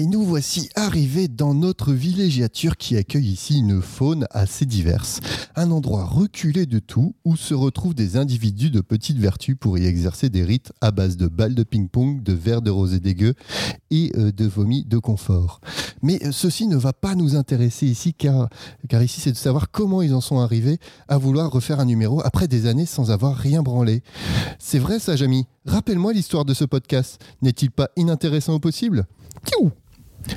Et nous voici arrivés dans notre villégiature qui accueille ici une faune assez diverse. Un endroit reculé de tout où se retrouvent des individus de petite vertu pour y exercer des rites à base de balles de ping-pong, de verres de rosé dégueu et euh, de vomi de confort. Mais euh, ceci ne va pas nous intéresser ici car, car ici c'est de savoir comment ils en sont arrivés à vouloir refaire un numéro après des années sans avoir rien branlé. C'est vrai ça, Jamy Rappelle-moi l'histoire de ce podcast. N'est-il pas inintéressant au possible Tiou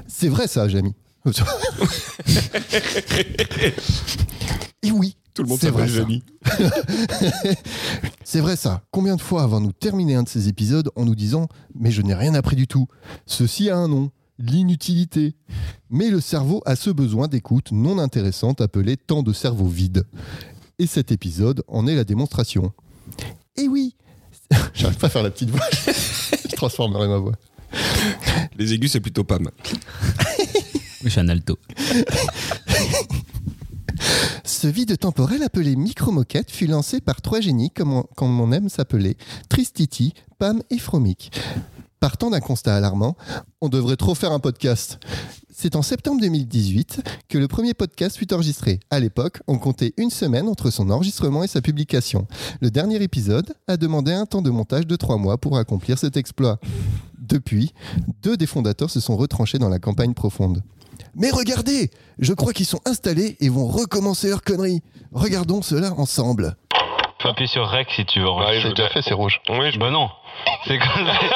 c'est vrai ça, Jamy. Et oui. Tout le monde c'est vrai s'appelle ça. Jamy. C'est vrai ça. Combien de fois avons-nous terminé un de ces épisodes en nous disant Mais je n'ai rien appris du tout Ceci a un nom, l'inutilité. Mais le cerveau a ce besoin d'écoute non intéressante appelé temps de cerveau vide. Et cet épisode en est la démonstration. Et oui J'arrive pas à faire la petite voix. je transformerai ma voix. Les aigus, c'est plutôt Pam. Je suis un alto. Ce vide temporel appelé micro-moquette fut lancé par trois génies, comme on, comme on aime s'appeler, Tristiti, Pam et Fromic. Partant d'un constat alarmant, on devrait trop faire un podcast. C'est en septembre 2018 que le premier podcast fut enregistré. À l'époque, on comptait une semaine entre son enregistrement et sa publication. Le dernier épisode a demandé un temps de montage de trois mois pour accomplir cet exploit. Depuis, deux des fondateurs se sont retranchés dans la campagne profonde. Mais regardez Je crois qu'ils sont installés et vont recommencer leur connerie. Regardons cela ensemble. Faut appuyer sur Rec si tu veux enregistrer. fait, c'est rouge. Oui, je- bah non. Bah C'est quand c'est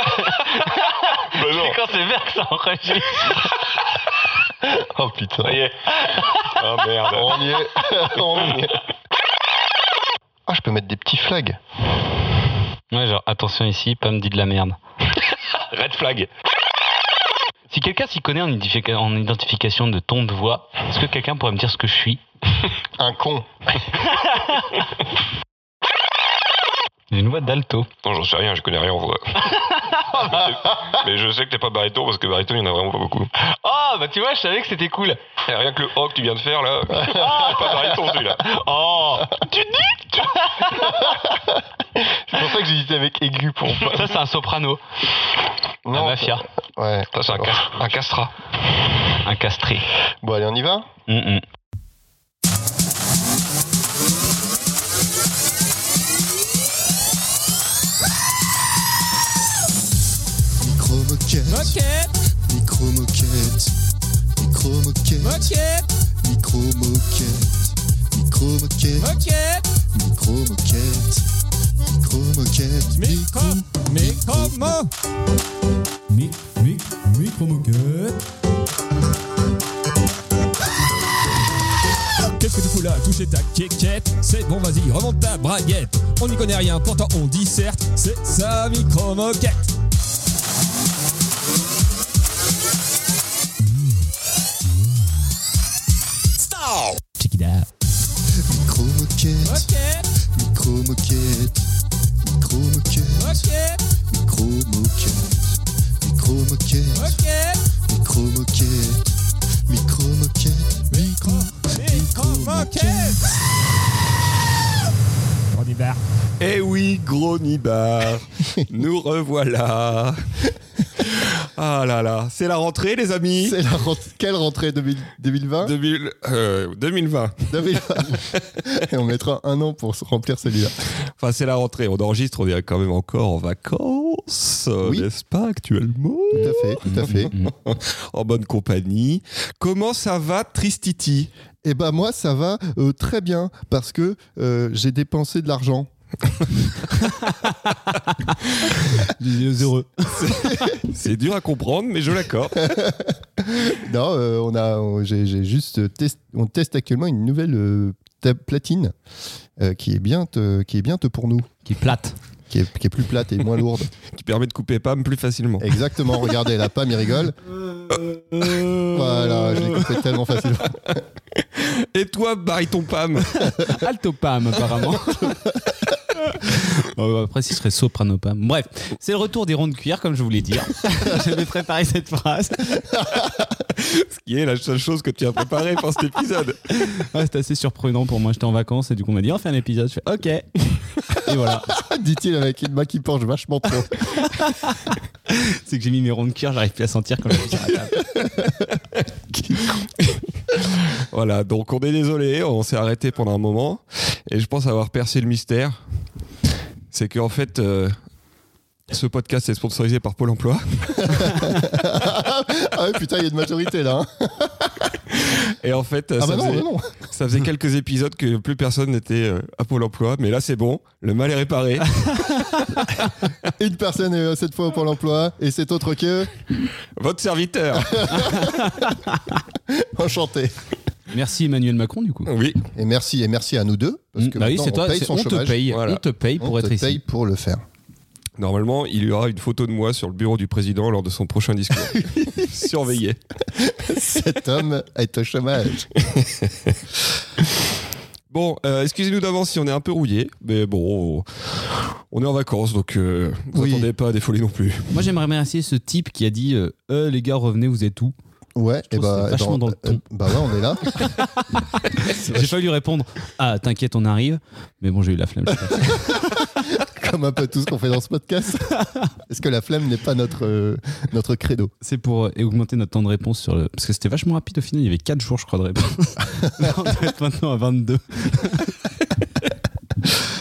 c'est quand c'est vert que ça enregistre. Oh putain. Ah merde. On y est. On y est. Ah, je peux mettre des petits flags. Ouais, genre attention ici, pas me dit de la merde. Red flag. Si quelqu'un s'y connaît en, identifi- en identification de ton de voix, est-ce que quelqu'un pourrait me dire ce que je suis Un con. J'ai une voix d'alto. Non, j'en sais rien, je connais rien en voix. Mais je sais que t'es pas baryton parce que baryton, il y en a vraiment pas beaucoup. Oh, bah tu vois, je savais que c'était cool. Ah. Eh, rien que le hoc que tu viens de faire là, c'est pas baryton celui-là. Oh, C'est pour ça que j'hésitais avec aigu pour pas. ça c'est un soprano, la mafia, Ouais. Ça, c'est un, cas- un castrat. un castré. Bon, allez, on y va Mm, mm. Micro-moquette. Micro-moquette. Micro-moquette. Micro-moquette. Micro-moquette. Micro-moquette. Micro-moquette. Mic, mic, micro-moquette. Qu'est-ce que tu fous là Toucher ta quéquette C'est bon, vas-y, remonte ta braguette. On n'y connaît rien, pourtant on disserte. C'est ça, micro-moquette. Stop Check it out. Micro-moquette. Micro-moquette. Micro-moquette. Micro-moquette. Micro-moquette. Micro-moquette. Micro-moquette. Micro. Micro-moquette. On y va. Eh oui, gros nibar, nous revoilà. Ah là là, c'est la rentrée, les amis. C'est la rent- quelle rentrée 2000 2020 2000 euh, 2020. 2020. Et on mettra un an pour se remplir celui-là. Enfin, c'est la rentrée. On enregistre, on est quand même encore en vacances, euh, Oui. n'est-ce pas, actuellement Tout à fait, tout à fait. En bonne compagnie. Comment ça va, Tristiti Eh Et ben moi ça va euh, très bien parce que euh, j'ai dépensé de l'argent. Des yeux heureux. C'est dur à comprendre, mais je l'accorde. Non, euh, on a, on- j'ai, j'ai juste test- on teste actuellement une nouvelle euh, ta- platine euh, qui est bien, te- qui est bien te pour nous, Qui plate. qui est, qui est plus plate et moins lourde. Qui permet de couper PAM plus facilement. Exactement. Regardez, la pam, il rigole. Voilà, je l'ai coupé tellement facilement. Et toi, bariton PAM Alto Pam, apparemment. Oh, Après, ce serait soprano Pam. Bref, c'est le retour des ronds de cuillère, comme je voulais dire. J'avais préparé cette phrase. Ce qui est la seule chose que tu as préparée pour cet épisode. Ouais, C'était assez surprenant pour moi. J'étais en vacances et du coup, on m'a dit on fait un épisode. Je fais ok. Et voilà. Dit-il avec une main qui penche vachement trop. C'est que j'ai mis mes ronds de cuillère, j'arrive plus à sentir quand je suis à la table. Voilà, donc on est désolé, on s'est arrêté pendant un moment. Et je pense avoir percé le mystère. C'est qu'en fait, euh, ce podcast est sponsorisé par Pôle emploi. Ah ouais, putain, il y a une majorité là. hein. Et en fait, Ah ça, bah non, faisait, non, non. ça faisait quelques épisodes que plus personne n'était euh, à Pôle emploi. Mais là, c'est bon, le mal est réparé. Une personne est euh, cette fois au Pôle emploi et c'est autre que. Votre serviteur. Enchanté. Merci Emmanuel Macron, du coup. Oui, Et merci, et merci à nous deux. Parce que Bah oui, maintenant, c'est on toi, paye c'est- son on chômage. te paye, Voilà. on te paye pour on être te ici. paye pour le faire. normalement, il y aura une photo de moi sur le bureau du président lors de son prochain discours. Surveillé. Cet homme est au chômage. Bon, euh, excusez-nous d'avance si on est un peu rouillé, mais bon, on est en vacances, donc euh, vous Oui. attendez pas à des folies non plus. Moi, j'aimerais remercier ce type qui a dit euh, Euh, les gars, revenez, vous êtes où Ouais, Je et trouve bah, que c'est vachement dans le euh, ton. bah ouais, on est là. J'ai failli lui répondre Ah, t'inquiète, on arrive. Mais bon, j'ai eu la flemme. je pense. comme un peu tout ce qu'on fait dans ce podcast. Est-ce que la flemme n'est pas notre, euh, notre credo C'est pour euh, augmenter notre temps de réponse sur le. Parce que c'était vachement rapide au final, il y avait 4 jours, je crois, de réponse. Là, on doit être maintenant à 22.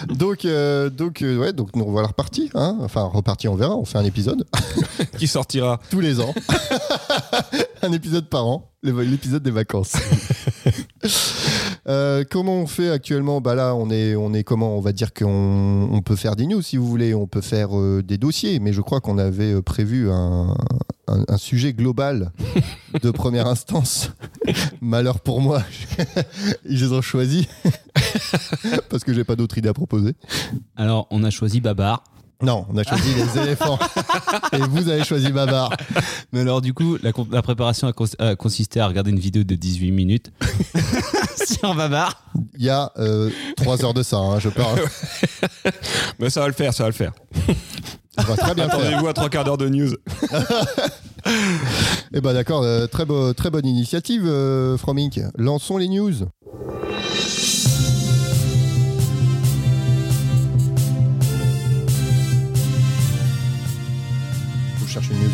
Donc, euh, donc, euh, ouais, donc nous voilà repartis. Hein enfin, repartis, on verra. On fait un épisode Qui sortira tous les ans. un épisode par an. le- L'épisode des vacances. Euh, comment on fait actuellement Bah là, on est, on est comment On va dire qu'on on peut faire des news si vous voulez. On peut faire euh, des dossiers, mais je crois qu'on avait euh, prévu un, un- un sujet global de première instance. Malheur pour moi, ils les ont choisis parce que j'ai pas d'autre idée à proposer. Alors, on a choisi Babar. Non, on a choisi les éléphants et vous avez choisi Babar. Mais alors, du coup, la, con- la préparation a, cons- a consisté à regarder une vidéo de 18 minutes sur Babar. Il y a euh, trois heures de ça, hein, je parle. Mais ça va le faire, ça va le faire. On va très bien faire. Ah. Attendez-vous à trois quarts d'heure de news. Eh ben d'accord, euh, très, beau- très bonne initiative, euh, Fromink. Lançons les news. Vous cherchez une news.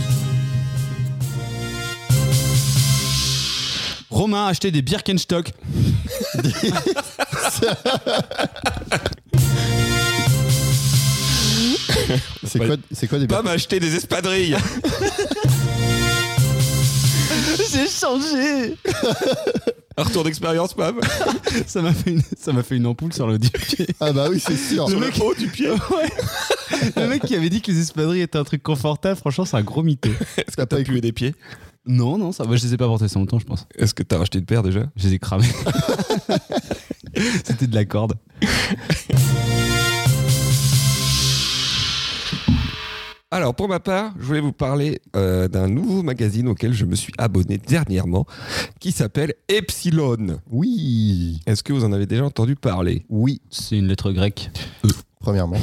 Romain a acheté des Birkenstock. C'est Pas- quoi, c'est quoi des Pas m'acheter des espadrilles. J'ai changé Un retour d'expérience, Pam. Ça m'a fait, une- ça m'a fait une ampoule sur le du pied. Ah bah oui, c'est sûr. Sur le haut du pied. Le mec qui avait dit que les espadrilles étaient un truc confortable, franchement, c'est un gros mytho. Est-ce que T'as pas t'as pué des pieds Non, non, ça va, je les ai pas portés ça longtemps, je pense. Est-ce que t'as racheté une paire déjà Je les ai cramés. C'était de la corde. Alors, pour ma part, je voulais vous parler euh, d'un nouveau magazine auquel je me suis abonné dernièrement, qui s'appelle Epsilon. Oui, Est-ce que vous en avez déjà entendu parler oui, C'est une lettre grecque. premièrement.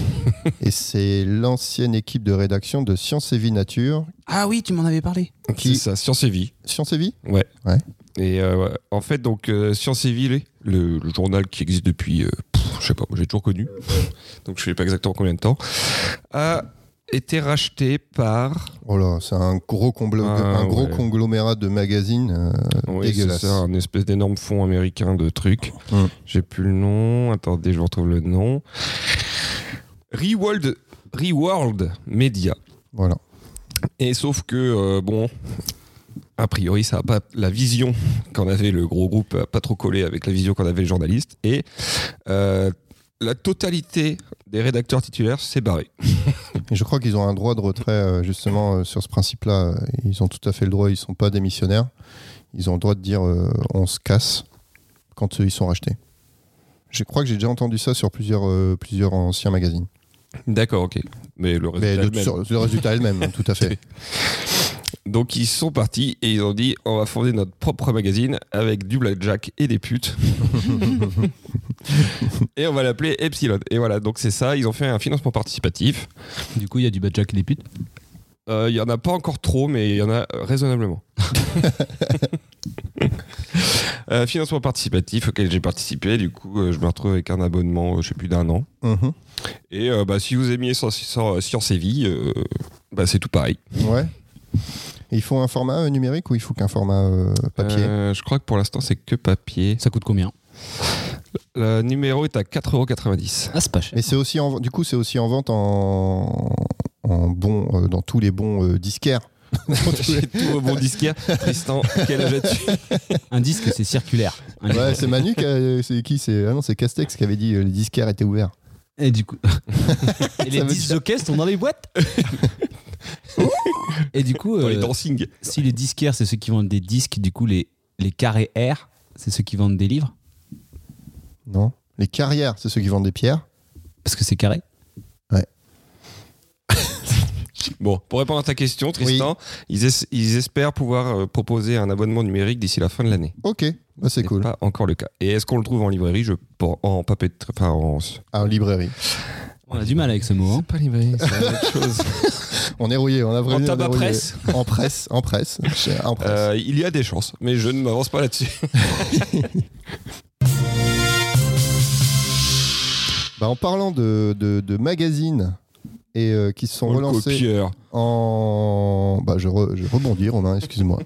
Et c'est l'ancienne équipe de rédaction de Science et Vie Nature. Ah oui, tu m'en avais parlé. Qui- C'est ça, Science et Vie. Science et Vie Ouais. Ouais. Et euh, ouais. en fait, donc, euh, Science et Vie, le, le journal qui existe depuis, euh, pff, je sais pas, moi, j'ai toujours connu, donc je sais pas exactement combien de temps, a été racheté par. Oh là, c'est un gros, comble- Ah, un gros ouais. conglomérat de magazines. euh, Oui, Dégueulasse. c'est ça, un espèce d'énorme fonds américain de trucs. Hum. J'ai plus le nom. Attendez, je vous retrouve le nom. Reworld, Reworld Media. voilà. Et sauf que, euh, bon, a priori, ça a pas la vision qu'en avait le gros groupe, a pas trop collé avec la vision qu'en avait les journalistes. Et euh, la totalité des rédacteurs titulaires s'est barrée. Et je crois qu'ils ont un droit de retrait, euh, justement, euh, sur ce principe-là. Ils ont tout à fait le droit, ils ne sont pas démissionnaires. Ils ont le droit de dire euh, on se casse quand euh, ils sont rachetés. Je crois que j'ai déjà entendu ça sur plusieurs, euh, plusieurs anciens magazines. D'accord, ok. Mais le résultat. Mais est le, le même. sur- le résultat est le même, tout à fait. Donc ils sont partis et ils ont dit on va fonder notre propre magazine avec du blackjack et des putes. et on va l'appeler Epsilon. Et voilà, donc c'est ça, ils ont fait un financement participatif. Du coup, il y a du badjack et des putes. Euh, Il y en a pas encore trop, mais il y en a raisonnablement. Euh, financement participatif auquel j'ai participé, du coup euh, je me retrouve avec un abonnement, euh, je sais plus d'un an. Mhm. Et euh, bah, si vous aimiez sur, sur, sur Séville, euh, bah, c'est tout pareil. Ouais. Et il faut un format euh, numérique ou il faut qu'un format euh, papier Euh, je crois que pour l'instant c'est que papier. Ça coûte combien Le numéro est à 4,90€. Ah, c'est pas cher. Et c'est aussi en, du coup, c'est aussi en vente en, en bon, euh, dans tous les bons euh, disquaires. J'ai tout au bon disquaire. Tristan, quel âge as-tu Un disque, c'est circulaire. Un Ouais, disque. c'est Manu, qui a- c'est qui C'est ah non, c'est Castex qui avait dit euh, les disquaires étaient ouverts. Et du coup. et les veut disques jockeys sont dans les boîtes. et du coup, Dans les euh, dancing. si les disquaires, c'est ceux qui vendent des disques, du coup, les, les carrés R, c'est ceux qui vendent des livres. Non. Les carrières, c'est ceux qui vendent des pierres. Parce que c'est carré. Bon, pour répondre à ta question, Tristan, ils, es- ils espèrent pouvoir euh, proposer un abonnement numérique d'ici la fin de l'année. Ok, bah, c'est n'est cool. pas encore le cas. Et est-ce qu'on le trouve en librairie Je pen- en papier, de tra- enfin en. Ah, en librairie. On a du mal avec ce mot. hein. pas librairie, c'est autre chose. On est rouillé, on a en vraiment. tabac presse. En presse, en presse. Chez- En presse. Euh, il y a des chances, mais je ne m'avance pas là-dessus. Bah, en parlant de, de, de magazines et euh, qui se sont Oh, le relancés. copieur. en. Bah, je, re- je rebondis, Romain, excuse-moi.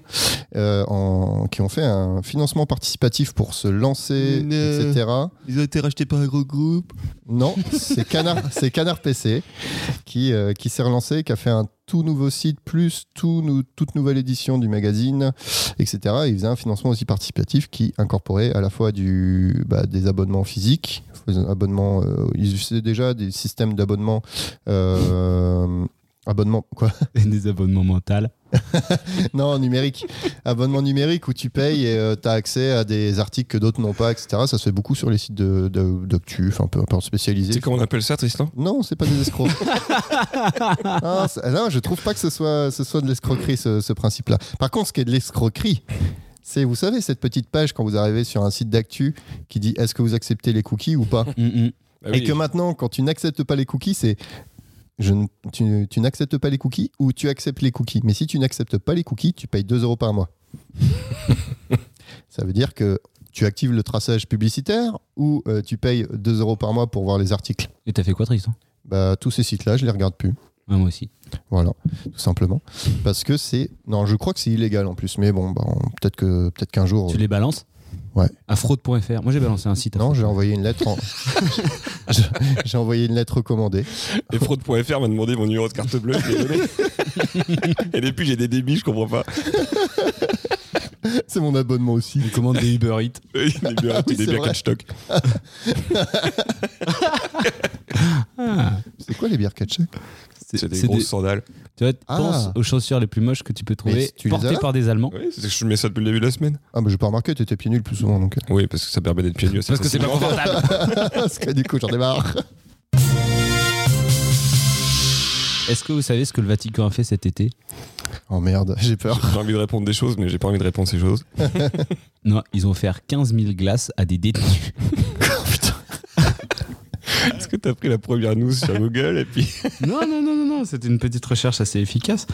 Euh, en- Qui ont fait un financement participatif pour se lancer, Ne- etc. Ils ont été rachetés par un gros groupe. Non, c'est Canard, c'est Canard PC qui, euh, qui s'est relancé, qui a fait un tout nouveau site, plus tout nou- toute nouvelle édition du magazine, etc. Et il faisait un financement aussi participatif qui incorporait à la fois du, bah, des abonnements physiques, abonnements, euh, ils faisaient déjà des systèmes d'abonnement. euh, abonnement quoi Et des abonnements mentaux. non numérique abonnement numérique où tu payes et tu as accès à des articles que d'autres n'ont pas etc ça se fait beaucoup sur les sites de- de- d'actu enfin peu importe Tu spécialisés sais comment on appelle ça, Tristan non, c'est pas des escrocs. Ah, c'est- non, je trouve pas que ce soit, ce soit de l'escroquerie, ce, ce principe-là. Par contre, ce qui est de l'escroquerie, c'est, vous savez, cette petite page quand vous arrivez sur un site d'actu qui dit est-ce que vous acceptez les cookies ou pas Mm, mm. Ah Et oui. que maintenant, quand tu n'acceptes pas les cookies, c'est je ne- tu, tu n'acceptes pas les cookies ou tu acceptes les cookies. Mais si tu n'acceptes pas les cookies, tu payes 2 euros par mois. Ça veut dire que tu actives le traçage publicitaire ou euh, tu payes 2 euros par mois pour voir les articles. Et t'as fait quoi, Tristan Bah, tous ces sites-là, je les regarde plus. Ah, Moi aussi. Voilà, tout simplement. Parce que c'est. Non, je crois que c'est illégal en plus, mais bon, bah, on- peut-être que peut-être qu'un jour. Tu les balances Ouais. À fraude.fr. Moi, j'ai balancé un site. hein. à Non, fraude. j'ai envoyé une lettre. en- Je- j'ai envoyé une lettre recommandée. Et fraude.fr m'a demandé mon numéro de carte bleue, je l'ai donné. Et depuis, j'ai des débits, je comprends pas. C'est mon abonnement aussi. Une commande des Uber Eats. Des bières, oui, des c'est bières vrai. Catchtock. C'est quoi les bières ketchup C'est des c'est grosses des- sandales. Tu vois, Ah. pense aux chaussures les plus moches que tu peux Mais trouver, tu les as portées là par des Allemands. Oui, c'est que je mets ça depuis le début de la semaine. Ah, bah j'ai pas remarqué, t'étais pieds nuls plus souvent donc. euh, Oui, parce que ça permet d'être pieds nus. Parce que c'est pas confortable. Parce que du coup, j'en ai marre. Est-ce que vous savez ce que le Vatican a fait cet été Oh merde, j'ai peur. J'ai envie de répondre des choses, mais j'ai pas envie de répondre ces choses. Non, ils ont offert 15 000 glaces à des détenus. Est-ce que t'as pris la première news sur Google et puis non, non, non, non, non, c'était une petite recherche assez efficace.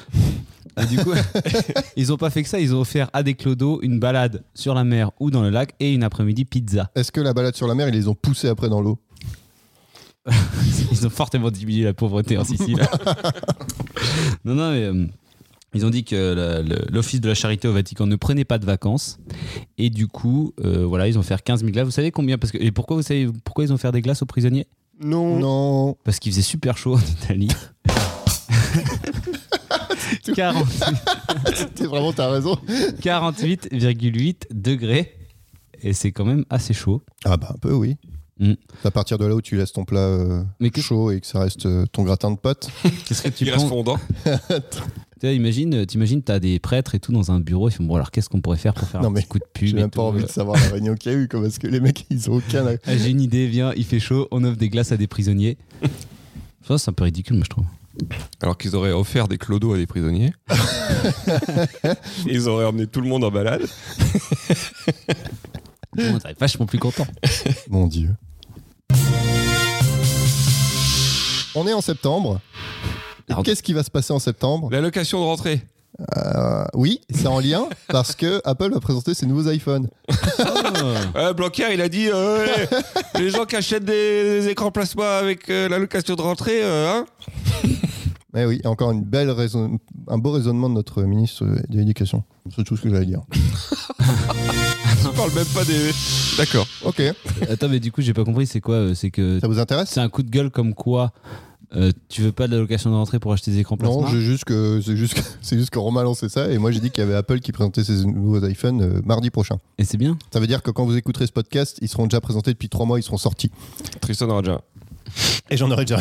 Et du coup, ils ont pas fait que ça, ils ont offert à des clodos une balade sur la mer ou dans le lac et une après-midi pizza. Est-ce que la balade sur la mer, ils les ont poussés après dans l'eau Ils ont fortement diminué la pauvreté en Sicile. non, non, mais euh, ils ont dit que la- le- l'Office de la Charité au Vatican ne prenait pas de vacances. Et du coup, euh, voilà, ils ont fait 15 000 glaces. Vous savez combien parce que, Et pourquoi, vous savez, pourquoi ils ont fait des glaces aux prisonniers Non. Non. Parce qu'il faisait super chaud en Italie. 40 T'es vraiment, t'as raison. 48,8 degrés. Et c'est quand même assez chaud. Ah, bah un peu, oui. Mm. C'est À partir de là où tu laisses ton plat euh, Mais qu'est-ce- chaud et que ça reste euh, ton gratin de pâtes. Qu'est-ce que tu Il reste penses fondant. Tu vois, imagine, euh, t'imagines, t'as des prêtres et tout dans un bureau, ils font bon, alors qu'est-ce qu'on pourrait faire pour faire Non, un mais petit coup de pub J'ai et même pas tout, envie euh. de savoir la réunion qu'il y a eu, quoi, parce que les mecs, ils ont aucun. Ah, J'ai une idée, viens, il fait chaud, on offre des glaces à des prisonniers. Ça, c'est un peu ridicule, moi, je trouve. Alors qu'ils auraient offert des clodos à des prisonniers. Ils auraient emmené tout le monde en balade. Tout le monde serait vachement plus content. Mon Dieu. On est en septembre. Et Alors- Qu'est-ce qui va se passer en septembre La location de rentrée. Euh, Oui, c'est en lien parce que Apple va présenter ses nouveaux iPhones. Euh, Blanquer, il a dit euh, les- les gens qui achètent des, des écrans plasma avec euh, la location de rentrée, euh, hein Eh oui, encore une belle raison, un beau raisonnement de notre ministre de l'Éducation. C'est tout ce que j'allais dire. Tu parles même pas des. D'accord. Ok, Attends, mais du coup, j'ai pas compris, c'est quoi euh, C'est que ça vous intéresse c'est un coup de gueule comme quoi euh, tu veux pas de la location de rentrée pour acheter des écrans plasma Non, j'ai juste que c'est juste que, c'est juste que Romain lançait ça et moi j'ai dit qu'il y avait Apple qui présentait ses nouveaux iPhones euh, mardi prochain. Et c'est bien Ça veut dire que quand vous écouterez ce podcast, ils seront déjà présentés depuis trois mois, ils seront sortis. Tristan aura déjà un. Et j'en aurai déjà.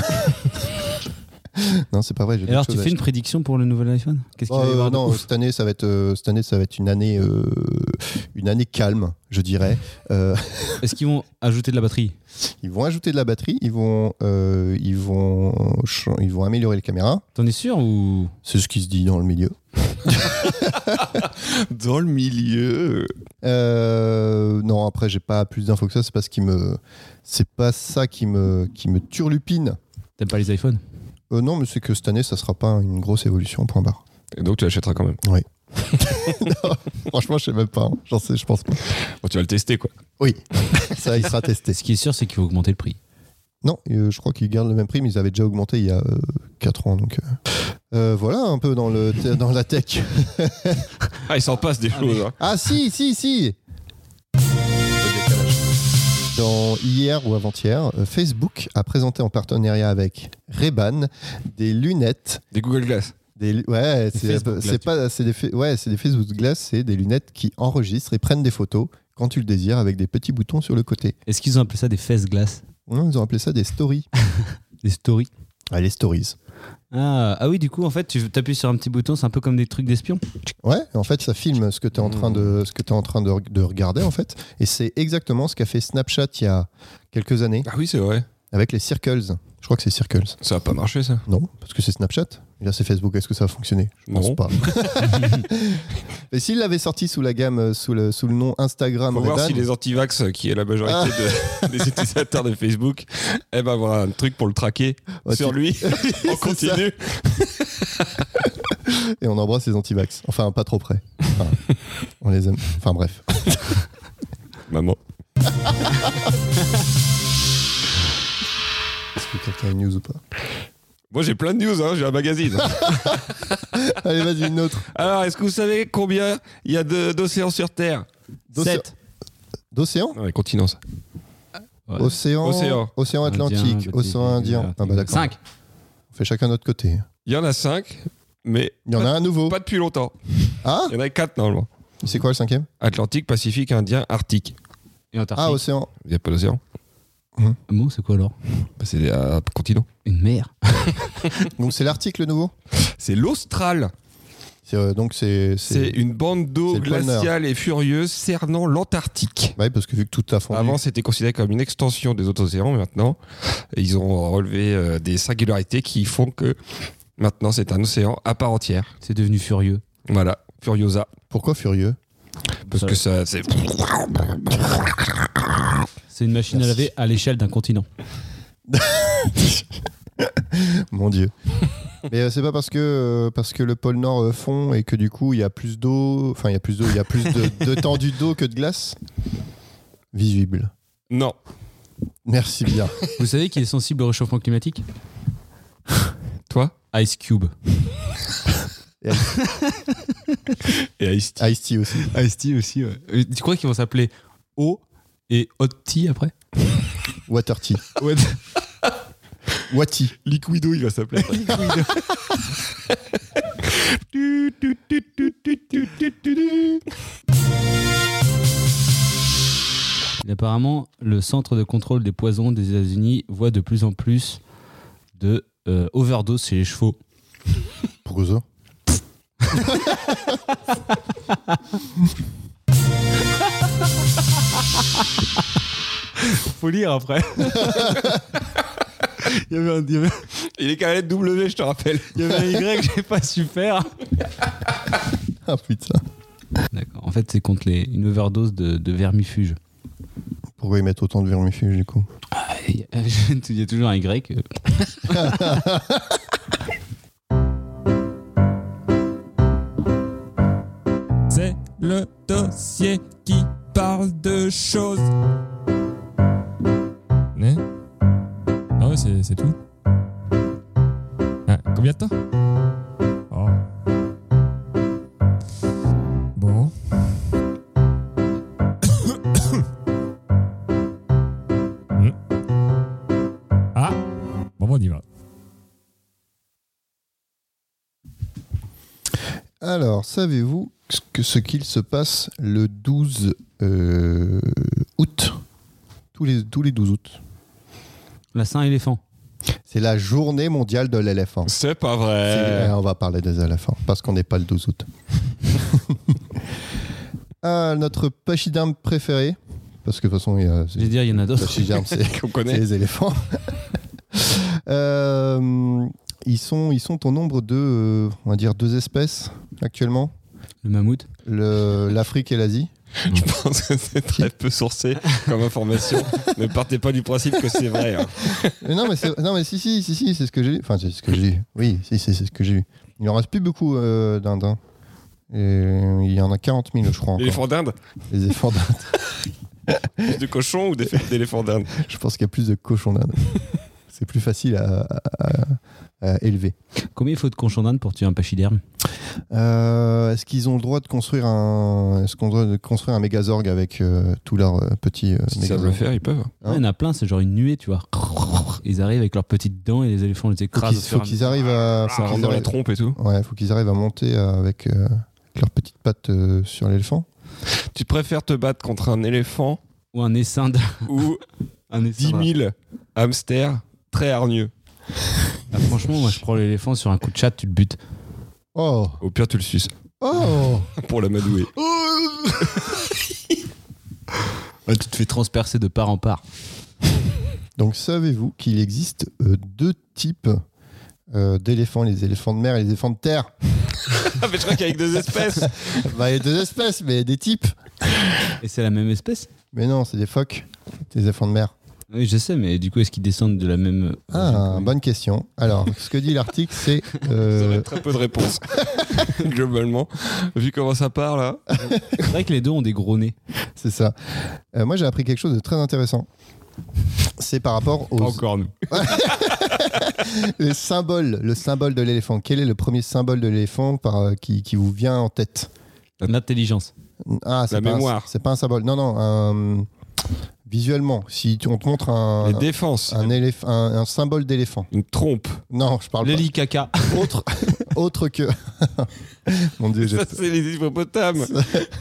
non, c'est pas vrai. j'ai Et alors, d'autres tu choses fais à une prédiction pour le nouvel iPhone Qu'est-ce qu'il acheter. va y Oh, euh, avoir de non, ouf cette année, ça va être, euh, cette année, ça va être une année, euh, une année calme, je dirais. Euh, Est-ce qu'ils vont ajouter de la batterie ils vont ajouter de la batterie, ils vont, euh, ils vont, ch- ils vont améliorer les caméras. T'en es sûr ou C'est ce qui se dit dans le milieu. Dans le milieu. Euh, non, après, j'ai pas plus d'infos que ça. C'est pas ce qui me, c'est pas ça qui me, qui me turlupine. t'aimes pas les iPhones Euh, non, mais c'est que cette année, ça sera pas une grosse évolution. Point barre. Et donc tu l'achèteras quand même. Franchement, je sais même pas. hein. J'en sais, je pense pas. Bon, tu vas le tester quoi. Oui, ça, il sera testé. Ce qui est sûr, c'est qu'ils vont augmenter le prix. Non, euh, je crois qu'ils gardent le même prix, mais ils avaient déjà augmenté il y a 4 ans. Donc, euh. Euh, voilà un peu dans, le te- dans la tech. Ah, il s'en passe des choses. hein. Ah, si, si, si dans hier ou avant-hier, euh, Facebook a présenté en partenariat avec Ray-Ban des lunettes, Des Google Glass. des lu- ouais, Des c'est Facebook Glass, c'est tu pas c'est des fa- ouais, c'est des Facebook Glass, c'est des lunettes qui enregistrent et prennent des photos quand tu le désires avec des petits boutons sur le côté. Est-ce qu'ils ont appelé ça des fesses glaces Non, ils ont appelé ça des stories. Des stories Ah, les stories. ah, ah oui, du coup, en fait, tu appuies sur un petit bouton, c'est un peu comme des trucs d'espions. Ouais, en fait, ça filme ce que tu es en train de Hmm. ce que tu en train de, de regarder en fait, et c'est exactement ce qu'a fait Snapchat il y a quelques années Ah oui, c'est vrai. avec les circles. Je crois que c'est circles. Ça a pas marché ça. Non, parce que c'est Snapchat. Et là, c'est Facebook. Est-ce que ça a fonctionné Je pense Non. pas. Mais s'il l'avait sorti sous la gamme, euh, sous le, sous le nom Instagram, Faut voir Ray-Ban, si les anti-vax, euh, qui est la majorité Ah. de- des utilisateurs de Facebook, eh ben avoir un truc pour le traquer ouais, sur tu- lui. On C'est continue. et on embrasse les anti-vax. Enfin, pas trop près. Enfin, on les aime. Enfin, bref. Maman. Est-ce que quelqu'un a une news ou pas Moi j'ai plein de news, hein, j'ai un magazine. Allez, vas-y, une autre. Alors, est-ce que vous savez combien il y a de- d'océans sur Terre D'océan- D'océan Non, les continents. ça. Ouais. Océan, Océan. Atlantique, Atlantique, Océan Indien. Ah bah d'accord. 5 On fait chacun de notre côté. Il y en a 5, mais Il y en a un nouveau. pas depuis longtemps. Ah Il y en a 4 normalement. C'est quoi le cinquième Atlantique, Pacifique, Indien, Arctique. Et Antarctique. Ah, Océan. Il n'y a pas d'océan. Bon, c'est quoi alors Bah, c'est des- un continent. Une mer Donc c'est l'Arctique le nouveau C'est l'Austral. C'est, euh, Donc c'est. C'est une bande C'est d'eau le pôle Nord. glaciale et furieuse cernant l'Antarctique. Ouais, parce que vu que tout a fondu. Avant, c'était considéré comme une extension des autres océans, mais maintenant, ils ont relevé euh, des singularités qui font que maintenant, c'est un océan à part entière. C'est devenu furieux. Voilà, Furiosa. Pourquoi furieux Parce que ça, c'est. C'est une machine à laver à l'échelle d'un continent. Mon Dieu. Mais euh, c'est pas parce que, euh, parce que le pôle Nord euh, fond et que du coup il y a plus d'eau. Enfin, il y a plus d'eau. Il y a plus de, de tendue d'eau que de glace Visible. Non. Merci bien. Vous savez qu'il est sensible au réchauffement climatique Toi Ice Cube. Et Ice-T. Ice-T aussi. Ice Tea aussi, ouais. Euh, Tu crois qu'ils vont s'appeler O et Hot Tea après Water tea. Ouais. Wati. Liquido, il va s'appeler. Et apparemment, le centre de contrôle des poisons des États-Unis voit de plus en plus de euh, overdose chez les chevaux. Pourquoi ça Faut lire après. Il y avait un, il y avait- Il est carré de W, je te rappelle. il y avait un Y que j'ai pas su faire. Ah putain. D'accord. En fait, c'est contre les, une overdose de, de vermifuge. Pourquoi ils mettent autant de vermifuge du coup Il y a- il y a toujours un Y. euh. C'est le dossier qui parle de choses. Mais Ah ouais, c'est, c'est tout. Ah, combien de temps Oh. Bon. Hmm. ah, bon, bon, on y va. Alors, savez-vous ce que- ce qu'il se passe le 12 euh, août tous les, tous les 12 août. La Saint-Éléphant. C'est la journée mondiale de l'éléphant. C'est pas Euh, C'est- hein, On va parler des éléphants parce qu'on n'est pas le 12 août. Ah, notre pachyderme préféré, parce que de toute façon, il y a- Je veux dire, il y en a le d'autres. pachyderme, c'est Qu'on c'est connaît. les éléphants. Euh, ils, sont, ils sont au nombre de, euh, on va dire, deux espèces actuellement, Le mammouth. le- l'Afrique et l'Asie. Je pense que c'est très peu sourcé comme information. ne partez pas du principe que c'est vrai. hein. Mais Euh, non, mais c'est- non, mais si, si, si, si, c'est ce que j'ai lu. Enfin, c'est ce que j'ai lu. Oui, si, si, c'est ce que j'ai lu. Il en reste plus beaucoup euh, d'Indins. Et Il y en a 40 000, je crois. Encore. L'éléphant d'Inde Les éléphants d'Inde. Plus de cochon ou des fêtes d'éléphant d'Inde Je pense qu'il y a plus de cochons d'Inde. C'est plus facile à, à- à- à élever. Combien il faut de conchons d'Inde pour tuer un pachyderme Euh, Est-ce qu'ils ont le droit de construire un, est-ce qu'on doit de construire un mégazorg avec euh, tous leurs euh, petits euh, S'ils savent mégazorgs le faire, ils peuvent. Hein Ouais, Il y en a plein, c'est genre une nuée, tu vois. Ils arrivent avec leurs petites dents et les éléphants les Faut écrasent. qu'ils- faut qu'ils arrivent à, faut Ça rentre qu'ils Ah, dans la arrivent- trompe et tout. Ouais, faut qu'ils arrivent à monter euh, avec euh, avec leurs petites pattes euh, sur l'éléphant. Tu préfères te battre contre un éléphant Ou un essaim de- ou un 10 essaim. 000 hamsters très hargneux Ah, franchement, moi je prends l'éléphant sur un coup de chat, tu le butes. Oh, Au pire, tu le suces oh. pour l'amadouer. tu te fais transpercer de part en part. Donc savez-vous qu'il existe euh, deux types euh, d'éléphants, les éléphants de mer et les éléphants de terre Ah, mais je crois qu'avec deux espèces Bah, il y a deux espèces, mais des types. Et c'est la même espèce Ah Mais non, c'est des phoques, des éléphants de mer. Oui, je sais, mais du coup, est-ce qu'ils descendent de la même. euh, Ah, bonne question. Alors, ce que dit l'article, c'est. euh, Ça va être très peu de réponses. Globalement, vu comment ça hein. part là. C'est vrai que les deux ont des gros nez. c'est ça. Euh, moi, j'ai appris quelque chose de très intéressant. C'est par rapport aux nous. les symboles, le symbole de l'éléphant. Quel est le premier symbole de l'éléphant par, euh, qui, qui vous vient en tête L'intelligence. Ah, c'est La pas un- mémoire. C'est pas un symbole. Non, non. un- visuellement, si tu- on te montre un Les défenses, un, éléph- un- un symbole d'éléphant. une trompe. Non, je parle L'éli caca. pas autre autre que. Mon Dieu, j'ai Ça, c'est les hippopotames.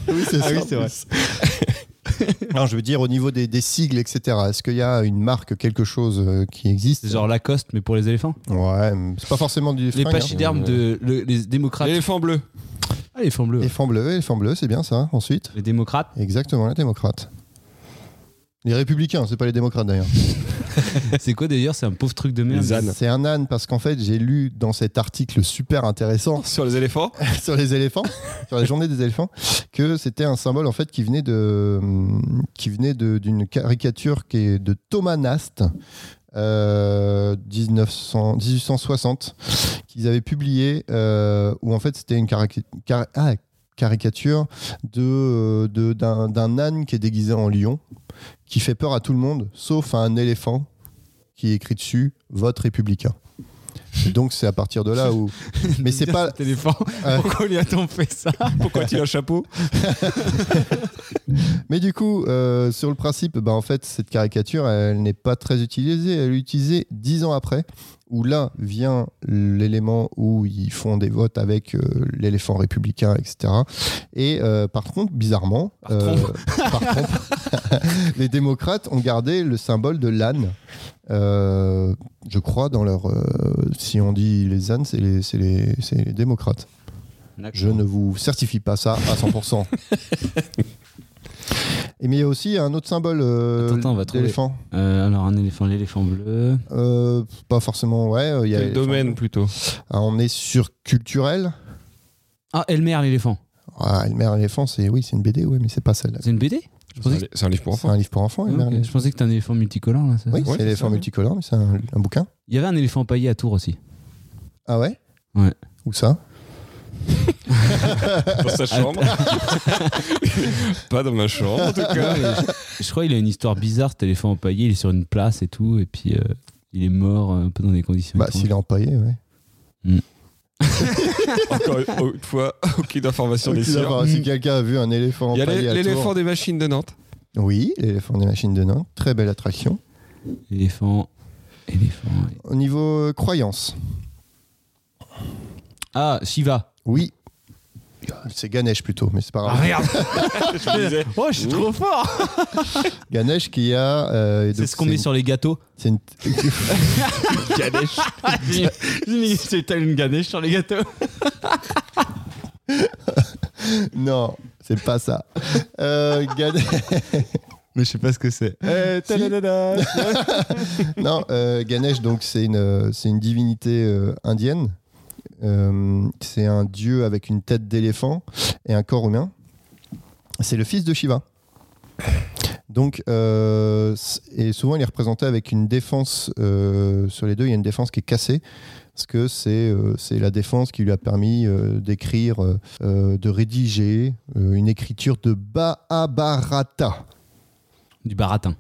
Oui, c'est Ah ça, oui, en c'est vrai. plus. Non, je veux dire au niveau des, des sigles, etc. Est-ce qu'il y a une marque, quelque chose euh, qui existe C'est genre Lacoste, mais pour les éléphants. Ouais, mais c'est pas forcément du Les fringue, hein. pachydermes de. le- les démocrates. L'éléphant bleu. Ah, l'éléphant bleu. ouais. Éléphant bleu, éléphant bleu, c'est bien ça. Ensuite, Les démocrates. exactement, les démocrates. Les républicains, c'est pas les démocrates d'ailleurs. C'est quoi d'ailleurs C'est un pauvre truc de merde. Les ânes. C'est un âne parce qu'en fait, j'ai lu dans cet article super intéressant Sur les éléphants, sur les éléphants, sur la journée des éléphants, que c'était un symbole en fait qui venait de qui venait de- d'une caricature qui est de Thomas Nast. euh, 1900 1860 qu'ils avaient publié euh, où en fait c'était une carica- car- ah, caricature de euh, de- d'un d'un âne qui est déguisé en lion qui fait peur à tout le monde sauf à un éléphant qui écrit dessus vote républicain Et donc c'est à partir de là où. Mais c'est pas. Téléphone. Ouais. Pourquoi lui a-t-on fait ça Pourquoi tu as un chapeau Mais du coup, euh, sur le principe, bah, en fait, cette caricature, elle n'est pas très utilisée. Elle est utilisée dix ans après, où là vient l'élément où ils font des votes avec euh, l'éléphant républicain, etc. Et euh, par contre, bizarrement, euh, par contre, les démocrates ont gardé le symbole de l'âne. Euh, je crois dans leur. euh, si on dit les ânes, c'est les, c'est les, c'est les démocrates. Je ne vous certifie pas ça à 100%. Et mais il y a aussi un autre symbole euh, Attends, attends, on va trouver. d'éléphant. Euh, alors un éléphant, l'éléphant bleu. Euh, pas forcément, ouais. euh, il y a Quel l'éléphant. domaine plutôt Ah, on est sur culturel. Ah, Elmer l'éléphant. Ah, Elmer l'éléphant, c'est oui, c'est une BD, oui, mais c'est pas celle-là. C'est une BD Je C'est un pensais que, li- c'est un livre pour C'est enfants. un livre pour enfants, Elmer Ah, ok. l'éléphant. Je pensais que c'était un éléphant multicolore. Là, c'est ça Oui, Ouais, c'est c'est l'éléphant ça, oui. multicolore, mais c'est un, un bouquin. Il y avait un éléphant paillé à Tours aussi. Ah ouais Ouais. Où ça Dans sa chambre. pas dans ma chambre en tout cas. Je crois qu'il a une histoire bizarre, cet éléphant empaillé. Il est sur une place et tout, et puis euh, il est mort euh, un peu dans des conditions. Bah, étranges. s'il est empaillé, ouais. Encore une une fois, aucune information Ok, n'est sûre. d'accord, Si quelqu'un a vu un éléphant Il y a empaillé. l'é- à l'éléphant Tours- des machines de Nantes. Oui, l'éléphant des machines de Nantes. Très belle attraction. Éléphant. Éléphant. ouais. Au niveau euh, croyance. Ah, Shiva. Oui. Ah, C'est Ganesh plutôt, mais c'est pas grave. regarde Je disais, Oh, je suis trop fort Ganesh qui a. euh, et C'est donc ce qu'on met une- sur les gâteaux. C'est une- Ganesh. J'ai mis une ganèche sur les gâteaux. non, c'est pas ça. Euh, Ganesh. Mais je sais pas ce que c'est. non, euh, Ganesh, donc, c'est une, euh, c'est une divinité euh, indienne. Euh, c'est un dieu avec une tête d'éléphant et un corps humain. C'est le fils de Shiva. Donc, euh, c- et souvent il est représenté avec une défense euh, sur les deux. Il y a une défense qui est cassée parce que c'est euh, c'est la défense qui lui a permis euh, d'écrire, euh, euh, de rédiger euh, une écriture de Mahabharata Du baratin.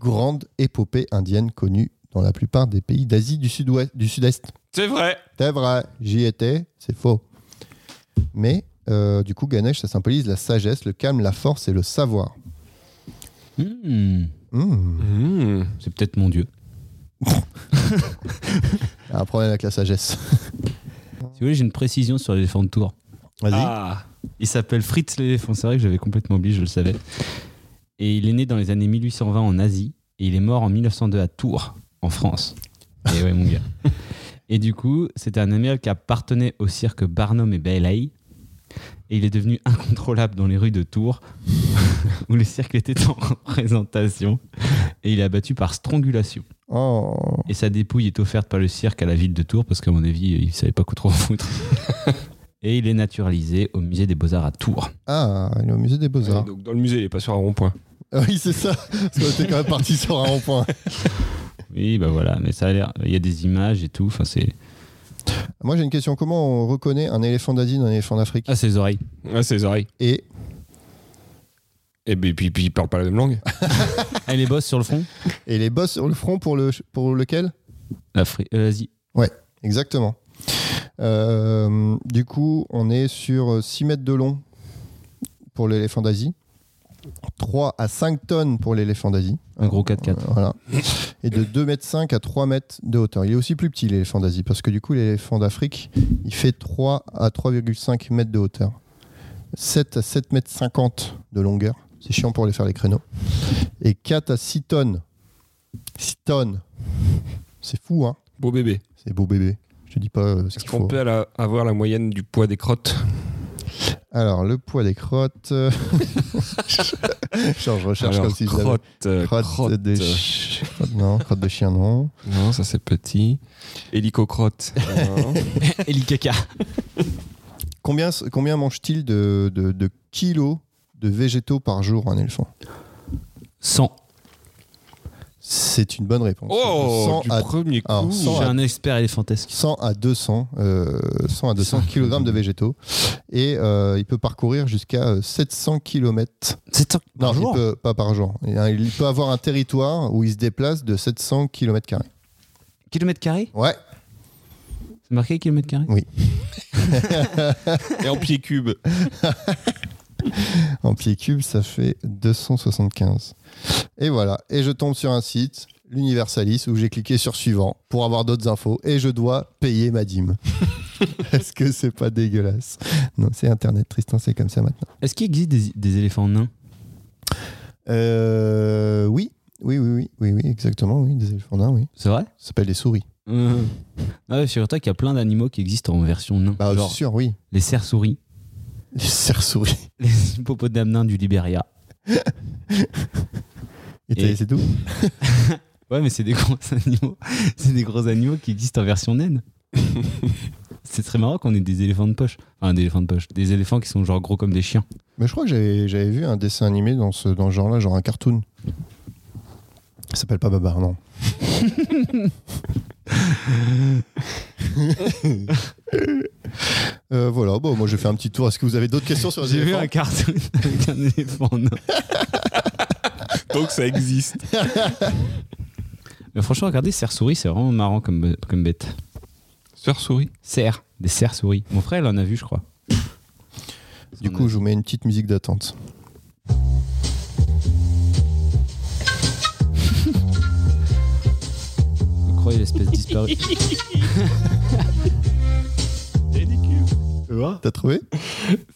grande épopée indienne connue dans la plupart des pays d'Asie du sud-ouest, du sud-est. C'est vrai. C'est vrai, j'y étais, c'est faux. Mais euh, du coup, Ganesh, ça symbolise la sagesse, le calme, la force et le savoir. Hmm, Hmm, Mmh. C'est peut-être mon dieu. un problème avec la sagesse. Si vous voulez, j'ai une précision sur l'éléphant de Tours. Vas-y. Ah. Il s'appelle Fritz l'éléphant. C'est vrai que j'avais complètement oublié, je le savais. Et il est né dans les années 1820 en Asie. Et il est mort en 1902 à Tours, en France. Et ouais, mon gars. Et du coup, c'était un animal qui appartenait au cirque Barnum et Bailey. Et il est devenu incontrôlable dans les rues de Tours, où le cirque était en représentation. Et il est abattu par strangulation. Oh. Et sa dépouille est offerte par le cirque à la ville de Tours, parce qu'à mon avis, il savait pas quoi trop en foutre. Et il est naturalisé au musée des Beaux-Arts à Tours. Ah, il est au musée des Ouais, Beaux-Arts. donc dans le musée, il est pas sur un rond-point. Ah oui, c'est ça. Parce qu'on était quand même parti sur un rond-point. Oui, bah voilà, mais ça a l'air. Il y a des images et tout. Enfin, c'est. Moi, j'ai une question. Comment on reconnaît un éléphant d'Asie d'un éléphant d'Afrique Ah, ses oreilles. Ah, ses oreilles. Et Et puis, puis, puis, il parle pas la même langue. Elle les bosse sur le front et les bosses sur le front pour le pour lequel L'Afrique. euh, L'Asie. Exactement. Euh, du coup, on est sur 6 mètres de long pour l'éléphant d'Asie, 3 à 5 tonnes pour l'éléphant d'Asie. Un gros 4x4. Voilà. Et de 2 mètres 5 à 3 mètres de hauteur. Il est aussi plus petit l'éléphant d'Asie parce que du coup l'éléphant d'Afrique, il fait 3 à 3,5 mètres de hauteur. 7 à 7 mètres 50 de longueur. C'est chiant pour les faire les créneaux. Et 4 à 6 tonnes. 6 tonnes. C'est fou, hein Beau bébé. C'est beau bébé. Je te dis pas euh, ce Est-ce qu'il qu'on faut. peut la- avoir la moyenne du poids des crottes Alors, le poids des crottes. euh, Genre, je recherche Alors, comme si je l'avais. crotte, euh, Crottes crotte. de ch- crottes, Non, crottes de chien, non. Non, ça c'est petit. Hélicocrotte. Non. Et le caca. Combien, combien mange-t-il de, de, de kilos de végétaux par jour un éléphant 100. C'est une bonne réponse. oh, 100 du à, premier coup. alors, Je 100 suis à, un expert éléphantesque. 100 à 200, euh, 100 à 200 kg de végétaux. Et euh, il peut parcourir jusqu'à euh, 700 km. C'est un Non, par jour. il peut, pas par jour. Il il peut avoir un territoire où il se déplace de 700 km. Kilomètre carré Ouais. C'est marqué kilomètre carré Et en pied cube. En pied cube, ça fait 275. Et voilà. Et je tombe sur un site, l'Universalis, où j'ai cliqué sur suivant pour avoir d'autres infos et je dois payer ma dîme. Est-ce que c'est pas dégueulasse Non, c'est Internet, Tristan, c'est comme ça maintenant. Est-ce qu'il existe des, des éléphants nains Euh, oui. Oui, oui, oui, oui, oui, exactement, oui, des éléphants nains, oui. C'est vrai Ça s'appelle des souris. euh... Ah ouais, figure-toi qu'il y a plein d'animaux qui existent en version nain. Bah, Genre c'est sûr, oui. les cerfs-souris, Les cerfs-souris. les hippopotames nains du Libéria. Et, t'as- Et- c'est tout Ouais, mais c'est des gros animaux. C'est des gros animaux qui existent en version naine. c'est très marrant qu'on ait des éléphants de poche. Enfin, des éléphants de poche. Des éléphants qui sont genre gros comme des chiens. Mais je crois que j'avais, j'avais vu un dessin animé dans ce, dans ce genre-là, genre un cartoon. Ça s'appelle pas Babar, non. Euh, voilà, bon, moi j'ai fait un petit tour. Est-ce que vous avez d'autres questions sur les J'ai vu éléphants un cartoon avec un éléphant nain. Donc ça existe. Mais franchement, regardez, cerf-souris, c'est vraiment marrant comme, comme bête. Sœur souris. Cerf, des cerfs-souris. Mon frère, il en a vu, je crois. Du coup, je vous mets une petite musique d'attente. je crois qu'il est espèce disparu. T'as trouvé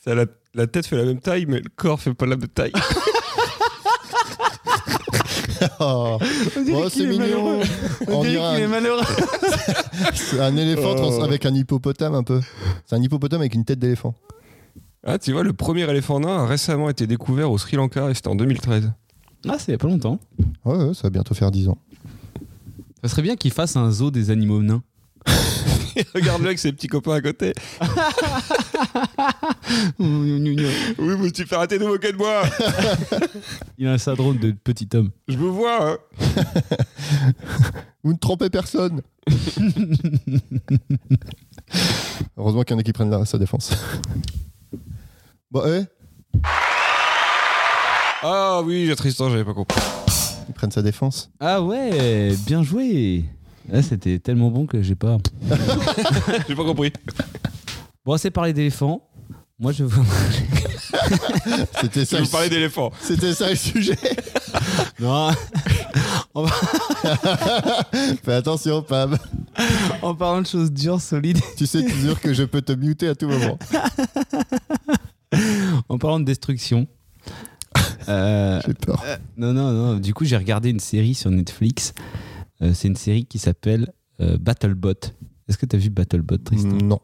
Ça, la, la tête fait la même taille, mais le corps fait pas la même taille. Oh, Oh, c'est mignon On dirait un, malheureux. c'est un éléphant trans- avec un hippopotame un peu. C'est un hippopotame avec une tête d'éléphant. Ah, tu vois, le premier éléphant nain a récemment été découvert au Sri Lanka et c'était en 2013. Ah, c'est il y a pas longtemps. Ouais, ouais, ça va bientôt faire 10 ans. Ça serait bien qu'il fasse un zoo des animaux nains. Regarde-le avec ses petits copains à côté. Il Oui, mais tu fais arrêter de moquer de moi. a un syndrome de petit homme. Je me vois. hein. Vous ne trompez personne Heureusement qu'il y en a qui prennent la, sa défense. Bon, eh, Ah oui, j'ai Tristan, j'avais pas compris. ils prennent sa défense. Ah ouais, bien joué. Là, c'était tellement bon que j'ai pas. J'ai pas compris. Bon, c'est parler d'éléphants. Moi, je veux. C'était ça, Je le- vous parlais d'éléphant. c'était ça le sujet. Non. Fais attention, Pam. En parlant de choses dures, solides, Tu sais toujours que je peux te muter à tout moment. en parlant de destruction. Euh, J'ai peur. non, non, non. Du coup, j'ai regardé une série sur Netflix. Euh, c'est une série qui s'appelle euh, Battlebot. Est-ce que t'as vu Battlebot, Tristan Non.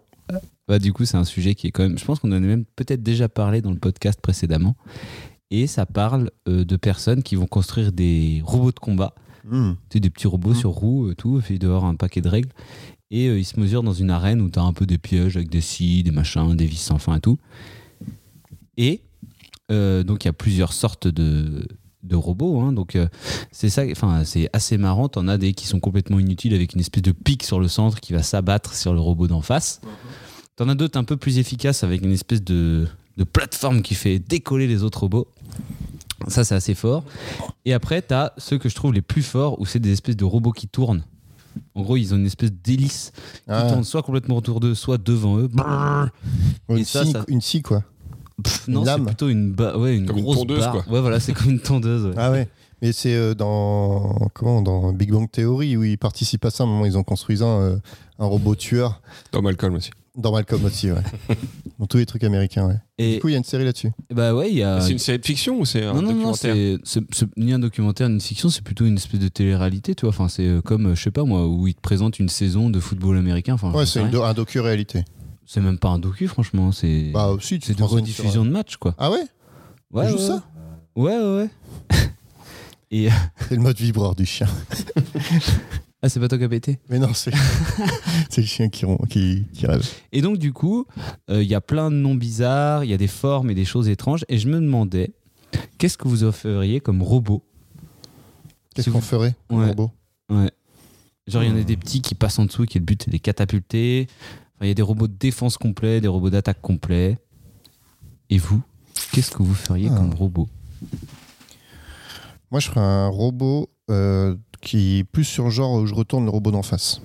Bah, du coup, c'est un sujet qui est quand même. Je pense qu'on en a même peut-être déjà parlé dans le podcast précédemment. Et ça parle euh, de personnes qui vont construire des robots de combat. Hmm. Tu sais, des petits robots sur roues et tout. Et il doit y avoir un paquet de règles. Et euh, ils se mesurent dans une arène où tu as un peu des pièges avec des scies, des machins, des vis sans fin et tout. Et euh, donc, il y a plusieurs sortes de, de robots. hein. donc, euh, c'est ça, enfin, c'est assez marrant. T'en as des qui sont complètement inutiles avec une espèce de pique sur le centre qui va s'abattre sur le robot d'en face. T'en as d'autres un peu plus efficaces avec une espèce de, de plateforme qui fait décoller les autres robots. Ça, c'est assez fort. Et après, t'as ceux que je trouve les plus forts où c'est des espèces de robots qui tournent. En gros, ils ont une espèce d'hélice qui Ah, tourne soit complètement autour d'eux, soit devant eux. Brrr. une, et ça, scie, ça- une scie, quoi. Pff, Une non, c'est lame. plutôt une, ba- ouais, une Comme une grosse tondeuse, barre. quoi. Ouais, voilà, c'est comme une tondeuse. ouais. Ah ouais. Mais c'est euh, dans comment dans Big Bang Theory où ils participent à ça. À un moment, ils ont construit un, euh, un robot tueur. Dans Malcolm aussi. Dans Malcolm aussi, ouais. dans tous les trucs américains, ouais. Et Du coup, il y a une série là-dessus. bah ouais, il y a. Ah, C'est une série de fiction ou c'est un Non, non, non, documentaire c'est c'est- c'est ni un documentaire ni une fiction, c'est plutôt une espèce de télé-réalité, tu vois. Enfin, c'est euh, comme, euh, je sais pas moi, où ils te présentent une saison de football américain. Enfin, j'en Ouais, sais c'est une rien. do- un docu-réalité. C'est même pas un docu, franchement. C'est Bah, aussi, c'est de rediffusion de match, quoi. Ah ouais Ouais, juste ouais, ça Ouais, ouais, ouais. C'est le mode vibreur du chien. Ah, c'est pas toi qui as pété Mais non, c'est c'est le chien qui, ron- qui, qui rêve. Et donc, du coup, euh, il y a plein de noms bizarres, il y a des formes et des choses étranges. Et je me demandais, qu'est-ce que vous offririez comme robot Qu'est-ce C'est qu'on vous. ferait un Ouais. robot Genre, il y en a des petits qui passent en dessous, qui le but c'est de les catapulter. Enfin, il y a des robots de défense complets, des robots d'attaque complets. Et vous, qu'est-ce que vous feriez Ah. comme robot Moi, je ferais un robot euh, qui est plus sur le genre où je retourne le robot d'en face.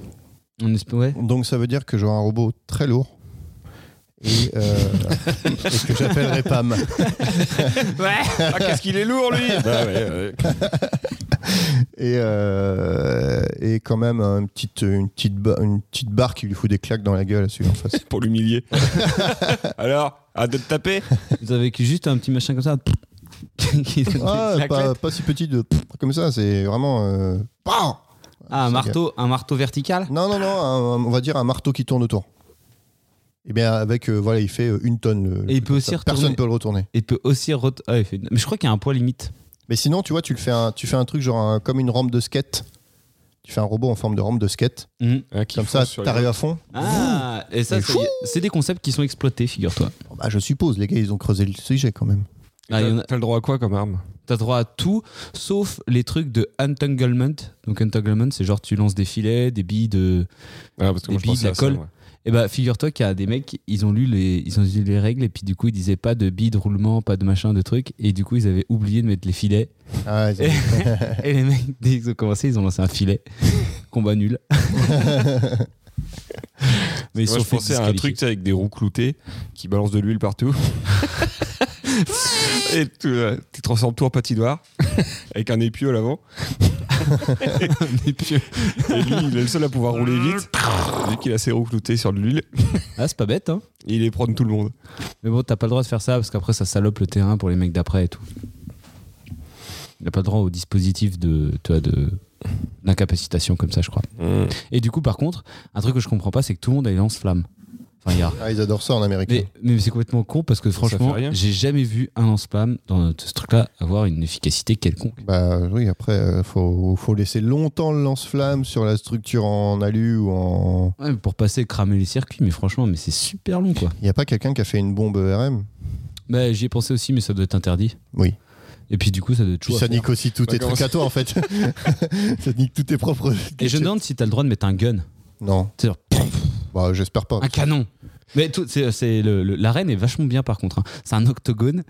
On esp- ouais. Donc ça veut dire que j'aurai un robot très lourd. Et, euh, et que j'appellerai Pam. Ah, qu'est-ce qu'il est lourd, lui Et, euh, et quand même une petite, une, petite ba- une petite barre qui lui fout des claques dans la gueule à celui en face. Pour l'humilier. Alors, hâte de te taper Vous avez juste un petit machin comme ça. qui donne des Ah, pas, claquettes. pas si petit de comme ça, c'est vraiment. euh, Bam Ah, un Ça marteau, un marteau vertical Non, non, non, un- on va dire un marteau qui tourne autour. Et bien avec, euh, voilà, il fait euh, une tonne. le- Et il peut le- aussi Personne retourner- peut le retourner. et peut aussi rot- ah, il fait- mais je crois qu'il y a un poids limite Mais sinon, tu vois, tu, le fais un, tu fais un truc genre un- comme une rampe de skate. Tu fais un robot en forme de rampe de skate. Comme hein, ça, t'arrives à fond. ah et ça Et c'est- fou. c'est des concepts qui sont exploités figure-toi Bon, bah, je suppose, les gars, ils ont creusé le sujet quand même. Ah, il y en a- T'as le droit à quoi comme arme t'as droit à tout sauf les trucs de entanglement donc entanglement c'est genre tu lances des filets des billes de ah, parce que Des moi, je billes, pensais de la à ça, colle. ouais. et bah figure-toi qu'il y a des mecs ils ont lu les ils ont lu les règles et puis du coup ils disaient pas de billes de roulement pas de machin de trucs et du coup ils avaient oublié de mettre les filets Ah, ils ont- Et- Et les mecs, dès qu'ils ont commencé, ils ont lancé un filet. Combat nul. Mais ils se Moi, sont je fait pensais à un disqualifier. truc tu sais, avec des roues cloutées qui balancent de l'huile partout. Et tu, euh, tu transformes tout en patinoire avec un épieu à l'avant. Et lui, il est le seul à pouvoir rouler vite. Vu qu'il a ses roues cloutées sur de l'huile, Ah, c'est pas bête, hein. il est prendre tout le monde. Mais bon, t'as pas le droit de faire ça parce qu'après, ça salope le terrain pour les mecs d'après et tout. T'as pas le droit au dispositif de, tu vois, de d'incapacitation comme ça, je crois. Et du coup, par contre, un truc que je comprends pas, c'est que tout le monde a les lance-flammes. Enfin, il y a- ah, ils adorent ça en Amérique. Mais, mais c'est complètement con parce que Ça, ça franchement, fait rien. j'ai jamais vu un lance-flamme dans ce truc-là avoir une efficacité quelconque. Bah oui, après, euh, faut, faut laisser longtemps le lance-flamme sur la structure en alu ou en. Ouais, mais pour passer cramer les circuits, mais franchement, mais c'est super long quoi. Il n'y a pas quelqu'un qui a fait une bombe E RM Bah, j'y ai pensé aussi, mais ça doit être interdit. Oui. Et puis du coup, ça doit être Puis chaud. à ça faire. nique aussi tous tes Bah, comment trucs à toi en fait. ça nique tous tes propres. Et je me demande si t'as le droit de mettre un gun, Non, C'est-à-dire, bah, j'espère pas. un canon. Mais tout, c'est, c'est le- le- l'arène est vachement bien par contre. hein. C'est un octogone,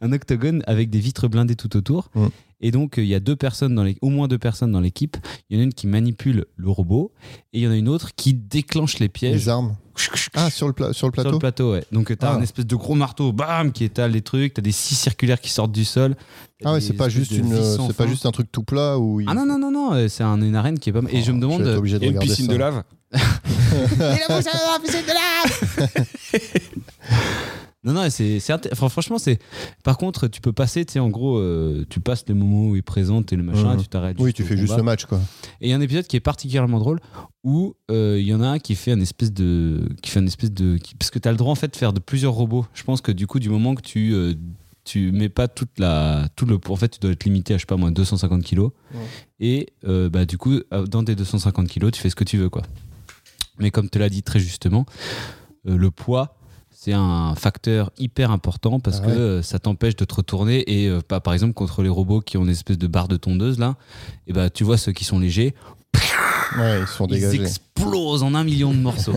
un octogone avec des vitres blindées tout autour. Mm. Et donc euh, il y a deux personnes dans les, au moins deux personnes dans l'équipe. Il y en a une qui manipule le robot et il y en a une autre qui déclenche les pièges. Les armes. Ah, sur le, pla- sur le plateau Sur le plateau, ouais. Donc euh, t'as Ah. un espèce de gros marteau, bam, qui étale les trucs. T'as des scies circulaires qui sortent du sol. Ah ouais, Des c'est pas espèces juste de une, vis sans c'est pas fin. juste un truc tout plat où il- Ah non, non, non, non, euh, c'est un- une arène qui est pas mal. Et je me Oh, demande. vais être euh, obligé de Et une regarder piscine ça. de lave. Non, non, c'est. c'est inté- enfin, franchement, c'est. Par contre, tu peux passer, tu sais, en gros, euh, tu passes le moment où ils présentent et le machin, Mhm. tu t'arrêtes. Oui, tu fais au juste combat. le match quoi. Et il y a un épisode qui est particulièrement drôle où euh, il y en a un qui fait un espèce de. Qui fait un espèce de. qui- parce que t'as le droit, en fait, de faire de plusieurs robots. Je pense que du coup, du moment que tu. euh, tu mets pas toute la tout le en fait tu dois être limité à je sais pas moi 250 kilos Ouais. et euh, bah du coup euh, dans tes 250 kilos tu fais ce que tu veux quoi mais comme te l'a dit très justement euh, le poids c'est un facteur hyper important parce Ah que ouais. euh, ça t'empêche de te retourner et euh, pas par exemple contre les robots qui ont une espèce de barre de tondeuse là et bah tu vois ceux qui sont légers Ouais, ils se font ils dégager. explosent en un million de morceaux.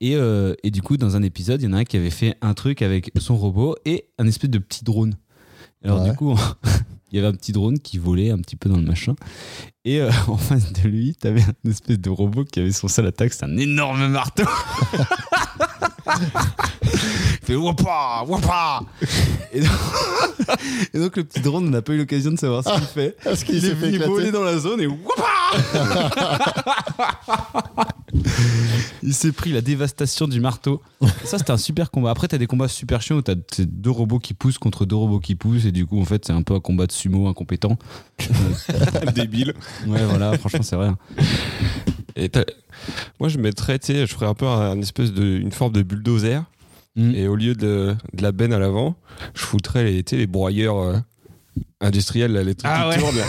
et, euh, et du coup, dans un épisode, il y en a un qui avait fait un truc avec son robot et un espèce de petit drone. Alors Ouais. du coup, il y avait un petit drone qui volait un petit peu dans le machin. Et euh, en face de lui, t'avais un espèce de robot qui avait son seul attaque, c'est un énorme marteau. Il fait wapa, wapa. Et donc, et donc, le petit drone, on n'a pas eu l'occasion de savoir ce qu'il fait. Parce qu'il Il s'est est fait venu voler éclater. dans la zone et wouah Il s'est pris la dévastation du marteau. Ça, c'était un super combat. Après, t'as des combats super chiants où t'as t'as deux robots qui poussent contre deux robots qui poussent et du coup, en fait, c'est un peu un combat de sumo incompétent. Débile. Ouais, voilà, franchement, c'est vrai. Et t'as- moi, je mettrais, tu sais, je ferais un peu un, un espèce de, une forme de bulldozer. Mm. Et au lieu de, de la benne à l'avant, je foutrais les, tu sais, les broyeurs euh, industriels, là, les trucs Ah qui ouais. tournent. là.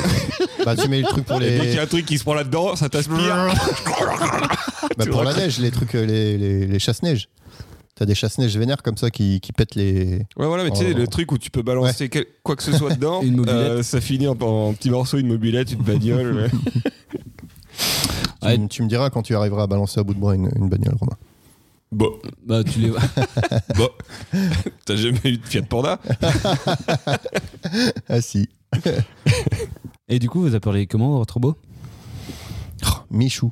Bah, tu mets le truc pour Et dès les. qu'il y a un truc qui se prend là-dedans, ça t'aspire. Bah, pour la neige, les trucs, euh, les, les, les chasse-neige. T'as des chasse-neige vénères comme ça qui, qui pètent les. Ouais, voilà, mais tu sais, Oh. le truc où tu peux balancer quel- quoi que ce soit dedans, euh, Une mobilette. ça finit en, en petits morceaux, une mobilette, une bagnole. ouais. Tu, Ouais. m- tu me diras quand tu arriveras à balancer à bout de bras une, une bagnole, Romain. Bon, Bah, tu les bon. T'as jamais eu de Fiat Panda Ah si. Et du coup, vous appelez comment votre robot Michou.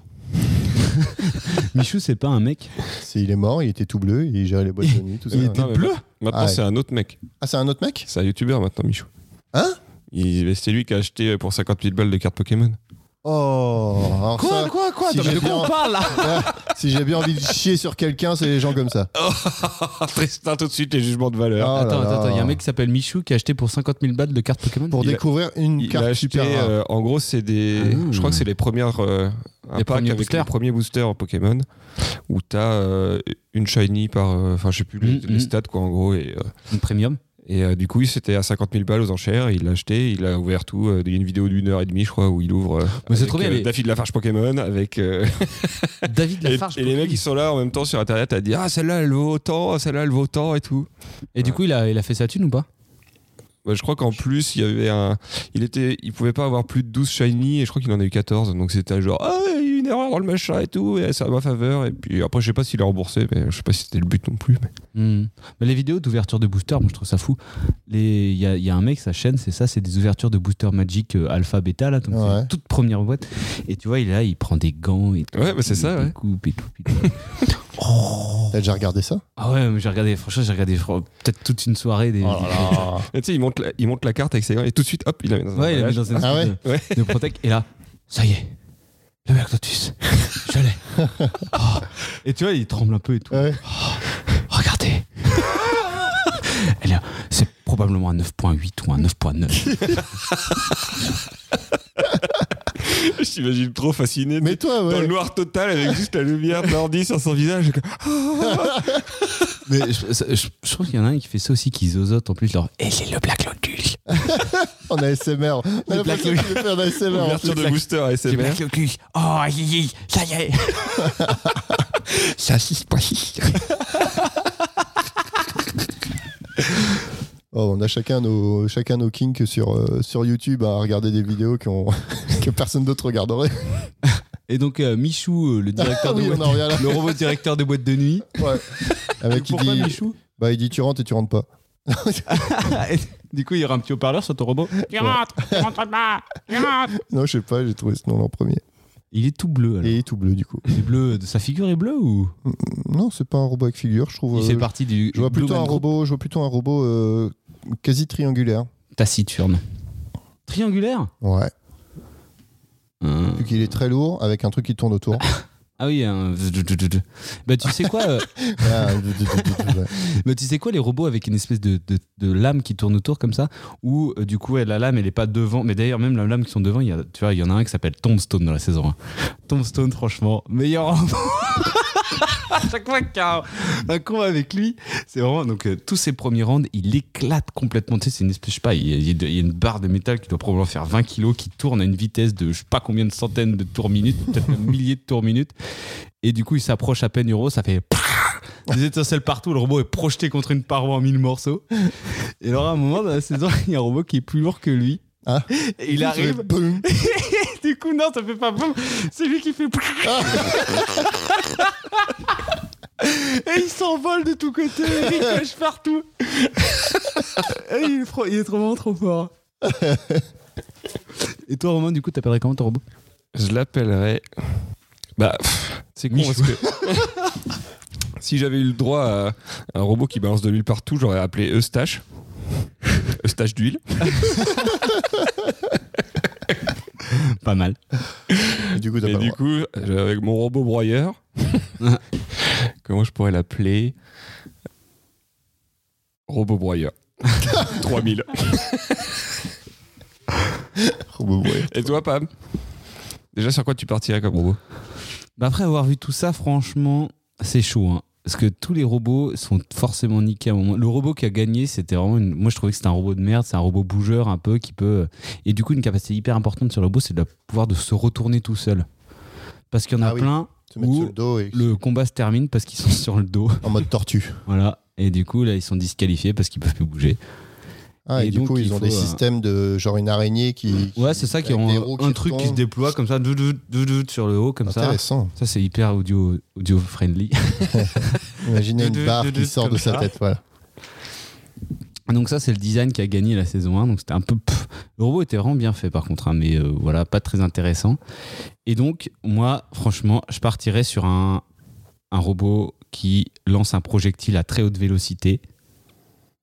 Michou, c'est pas un mec. C'est- Il est mort, il était tout bleu, il gérait les boîtes de nuit, tout ça. il était- Non, mais bleu ma- Maintenant, Ah ouais. c'est un autre mec. Ah, c'est un autre mec C'est un youtubeur maintenant, Michou. Hein Il- C'est lui qui a acheté pour 50 000 balles de cartes Pokémon. Oh alors ça, quoi, si j'ai bien- parle là Si j'ai bien envie de chier sur quelqu'un, c'est les gens comme ça. Tristan, tout de suite, les jugements de valeur. Oh là Attends, là. attends, il y a un mec qui s'appelle Michou qui a acheté pour 50 000 balles de cartes Pokémon. Pour Il a- découvrir une Il a carte acheté, super rare. euh, en gros, c'est des. Ah. Je crois que c'est les premières. euh, un Les pack premiers avec boosters. les premiers boosters en Pokémon où t'as euh, une shiny par. euh, Enfin, je sais plus les, Mm, les mm. stats, quoi, en gros. Et, euh, Une premium. et euh, du coup, c'était à 50 000 balles aux enchères. Il l'a acheté, il a ouvert tout. euh, Il y a une vidéo d'une heure et demie, je crois, où il ouvre. euh, Mais c'est avec, trop bien, euh, les- Daffy de la Farge Pokémon, avec. euh, David et, Lafarge. et les mecs, ils sont là en même temps sur internet à dire Ah, celle-là, elle vaut autant, celle-là, elle vaut autant et tout. Et du coup, il a, il a fait sa thune ou pas Bah, je crois qu'en plus, il y avait un. Il était. Il pouvait pas avoir plus de 12 shiny et je crois qu'il en a eu 14. Donc c'était genre, ah, il y a eu une erreur dans le machin et tout, et c'est à ma faveur. Et puis après, je sais pas s'il a remboursé, mais je sais pas si c'était le but non plus. mais- Hmm. Mais les vidéos d'ouverture de booster, moi je trouve ça fou. Les- Il y, a- il y a un mec, sa chaîne, c'est ça, c'est des ouvertures de booster Magic euh, Alpha Beta, là, donc c'est Ouais. la toute première boîte. Et tu vois, il est là, il prend des gants et tout. Ouais, bah, c'est Il ça, ouais. découpe et tout, et tout. T'as déjà Eh, regardé ça Ah ouais, mais j'ai regardé, franchement, j'ai regardé fr- peut-être toute une soirée Oh des. Et tu sais, il monte, la... il monte la carte avec ses gants et tout de suite, hop, il la met dans un Ouais, il a mis emballage. dans une Ah espèce ouais de, de protect, et là, ça y est, le mec Lotus, je l'ai. Oh. Et tu vois, il tremble un peu et tout. Ouais. Regardez Elle est- C'est probablement un 9.8 ou un 9.9. Je t'imagine trop fasciné. Mais toi, Dans ouais. le noir total avec juste la lumière de l'ordi sur son visage. Mais je, ça- je- je trouve qu'il y en a un qui fait ça aussi, qui zozote en plus, genre, et c'est le Black Lotus En ASMR. On a Black l'impression que tu fais un ASMR. en Ouverture fait. de booster C'est le ASMR. Black Lotus Oh, hi, hi, ça y est Ça, six pas six. Oh, on a chacun nos, chacun nos kinks sur, euh, sur YouTube à regarder des vidéos qui ont- que personne d'autre regarderait. Ah Et donc, euh, Michou, euh, le directeur oui, de on en revient là. boîte- le robot directeur de boîte de nuit. Ouais. Avec qui Pourquoi dit, Michou bah, il dit tu rentres et tu rentres pas. Du coup, il y aura un petit haut-parleur sur ton robot. Non, je sais pas, j'ai trouvé ce nom en premier. Il est tout bleu, alors. Et il est tout bleu du coup. Il est bleu, de sa figure est bleue ou Non, c'est pas un robot avec figure, je trouve. Il fait euh, partie du. je vois Blue plutôt Man un Group robot, je vois plutôt un robot euh, quasi triangulaire. Taciturne. Triangulaire Ouais. Hein. Vu qu'il est très lourd avec un truc qui tourne autour. Ah oui, un... bah tu sais quoi, euh, Ah, du- du- du- du- du- ouais. bah, tu sais quoi, les robots avec une espèce de, de- de lame qui tourne autour comme ça, où euh, du coup la lame elle est pas devant, mais d'ailleurs même la lame qui sont devant, il y a, tu vois, il y en a un qui s'appelle Tombstone dans la saison 1. Tombstone, franchement, meilleur robot. À chaque fois qu'il y a un, un combat avec lui, c'est vraiment donc euh, tous ses premiers rounds, il éclate complètement. Tu sais, c'est une espèce, je sais pas, il y, a, il y a de- il y a une barre de métal qui doit probablement faire 20 kilos, qui tourne à une vitesse de je sais pas combien de centaines de tours minutes, peut-être même milliers de tours minutes. Et du coup, il s'approche à peine du robot, ça fait des étincelles partout, le robot est projeté contre une paroi en mille morceaux. Et alors à un moment dans la saison, il y a un robot qui est plus lourd que lui. Ah. Et il arrive, Boum. du coup non, ça fait pas boum, c'est lui qui fait Et il s'envole de tous côtés, il ricoche partout. Et il est, trop- il est trop- vraiment trop fort. Et toi Romain, du coup, t'appellerais comment ton robot Je l'appellerais. Bah, pff, c'est con parce Michou. que. si j'avais eu le droit à un robot qui balance de l'huile partout, j'aurais appelé Eustache. Eustache d'huile. Pas mal. Et Du coup, t'as Et pas le du droit. coup, euh, avec mon robot broyeur, comment je pourrais l'appeler Robot broyeur. 3000. Robot, ouais. Et toi, Pam Déjà, sur quoi tu partirais comme robot Bah, après avoir vu tout ça, franchement, c'est chaud. hein. Parce que tous les robots sont forcément niqués à un moment. Le robot qui a gagné, c'était vraiment une... Moi, je trouvais que c'était un robot de merde. C'est un robot bougeur un peu qui peut... euh, Et du coup, une capacité hyper importante sur le robot, c'est de pouvoir de se retourner tout seul. Parce qu'il y en a Ah oui. plein Se mettre Ou sur le dos et le combat se termine parce qu'ils sont sur le dos. en mode tortue. Voilà. Et du coup, là, ils sont disqualifiés parce qu'ils peuvent plus bouger. Ah, et, Et du donc, coup, il ils ont faut, des euh, systèmes de genre une araignée qui. Ouais, c'est ça qui est avec des un, roues un truc qui se tournent. déploie comme ça, dou- dou- dou- dou- sur le haut, comme ça. Intéressant. Ça, c'est hyper audio, audio friendly. Imaginez Dou- une dou- barre dou- qui dou- sort de comme sa ça. tête. Voilà. Donc ça, c'est le design qui a gagné la saison 1. Donc c'était un peu... pff, le robot était vraiment bien fait par contre, hein, mais euh, voilà, pas très intéressant. Et donc, moi, franchement, je partirais sur un, un robot qui lance un projectile à très haute vélocité,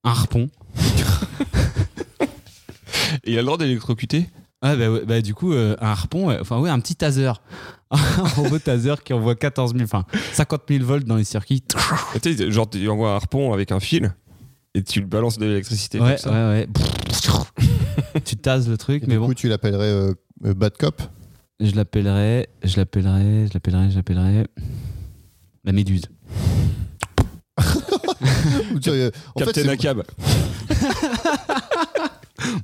un harpon. Et il a le droit d'électrocuter Ah bah, ouais, bah, du coup, euh, un harpon, ouais, enfin ouais, un petit taser. un robot taser qui envoie 14 000, enfin 50 000 volts dans les circuits. Et Tu sais, genre, tu envoies un harpon avec un fil et tu le balances de l'électricité comme Ouais, ouais, ça. ouais. tu tases le truc, Et mais du bon. coup, tu l'appellerais euh, euh, Bad Cop Je l'appellerai, je l'appellerai, je l'appellerai, je l'appellerai. La méduse. Ou tu- euh, en fait, Captain c'est- Akab.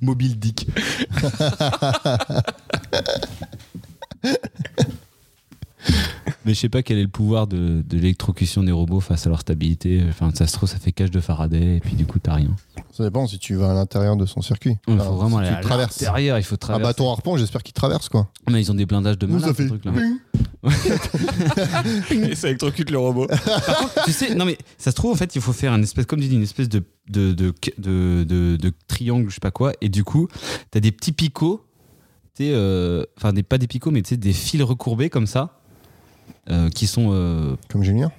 Mobile Dick. Mais je sais pas quel est le pouvoir de, de l'électrocution des robots face à leur stabilité. Enfin, ça se trouve, ça fait cage de Faraday et puis du coup, t'as rien. ça dépend si tu vas à l'intérieur de son circuit. Il Enfin, faut vraiment Ah, si aller tu à traverses. l'intérieur, il faut Un traverser. bâton harpon, j'espère qu'il traverse quoi. Mais ils ont des blindages de Nous, malade, ça ce fait truc-là. ping. et ça électrocute le robot. tu sais, non mais ça se trouve en fait, il faut faire une espèce, comme tu dis, une espèce de de, de, de, de- de triangle, je sais pas quoi, et du coup, t'as des petits picots, tu sais, euh, enfin des pas des picots, mais tu sais des fils recourbés comme ça, euh, qui sont euh, Comme Julien.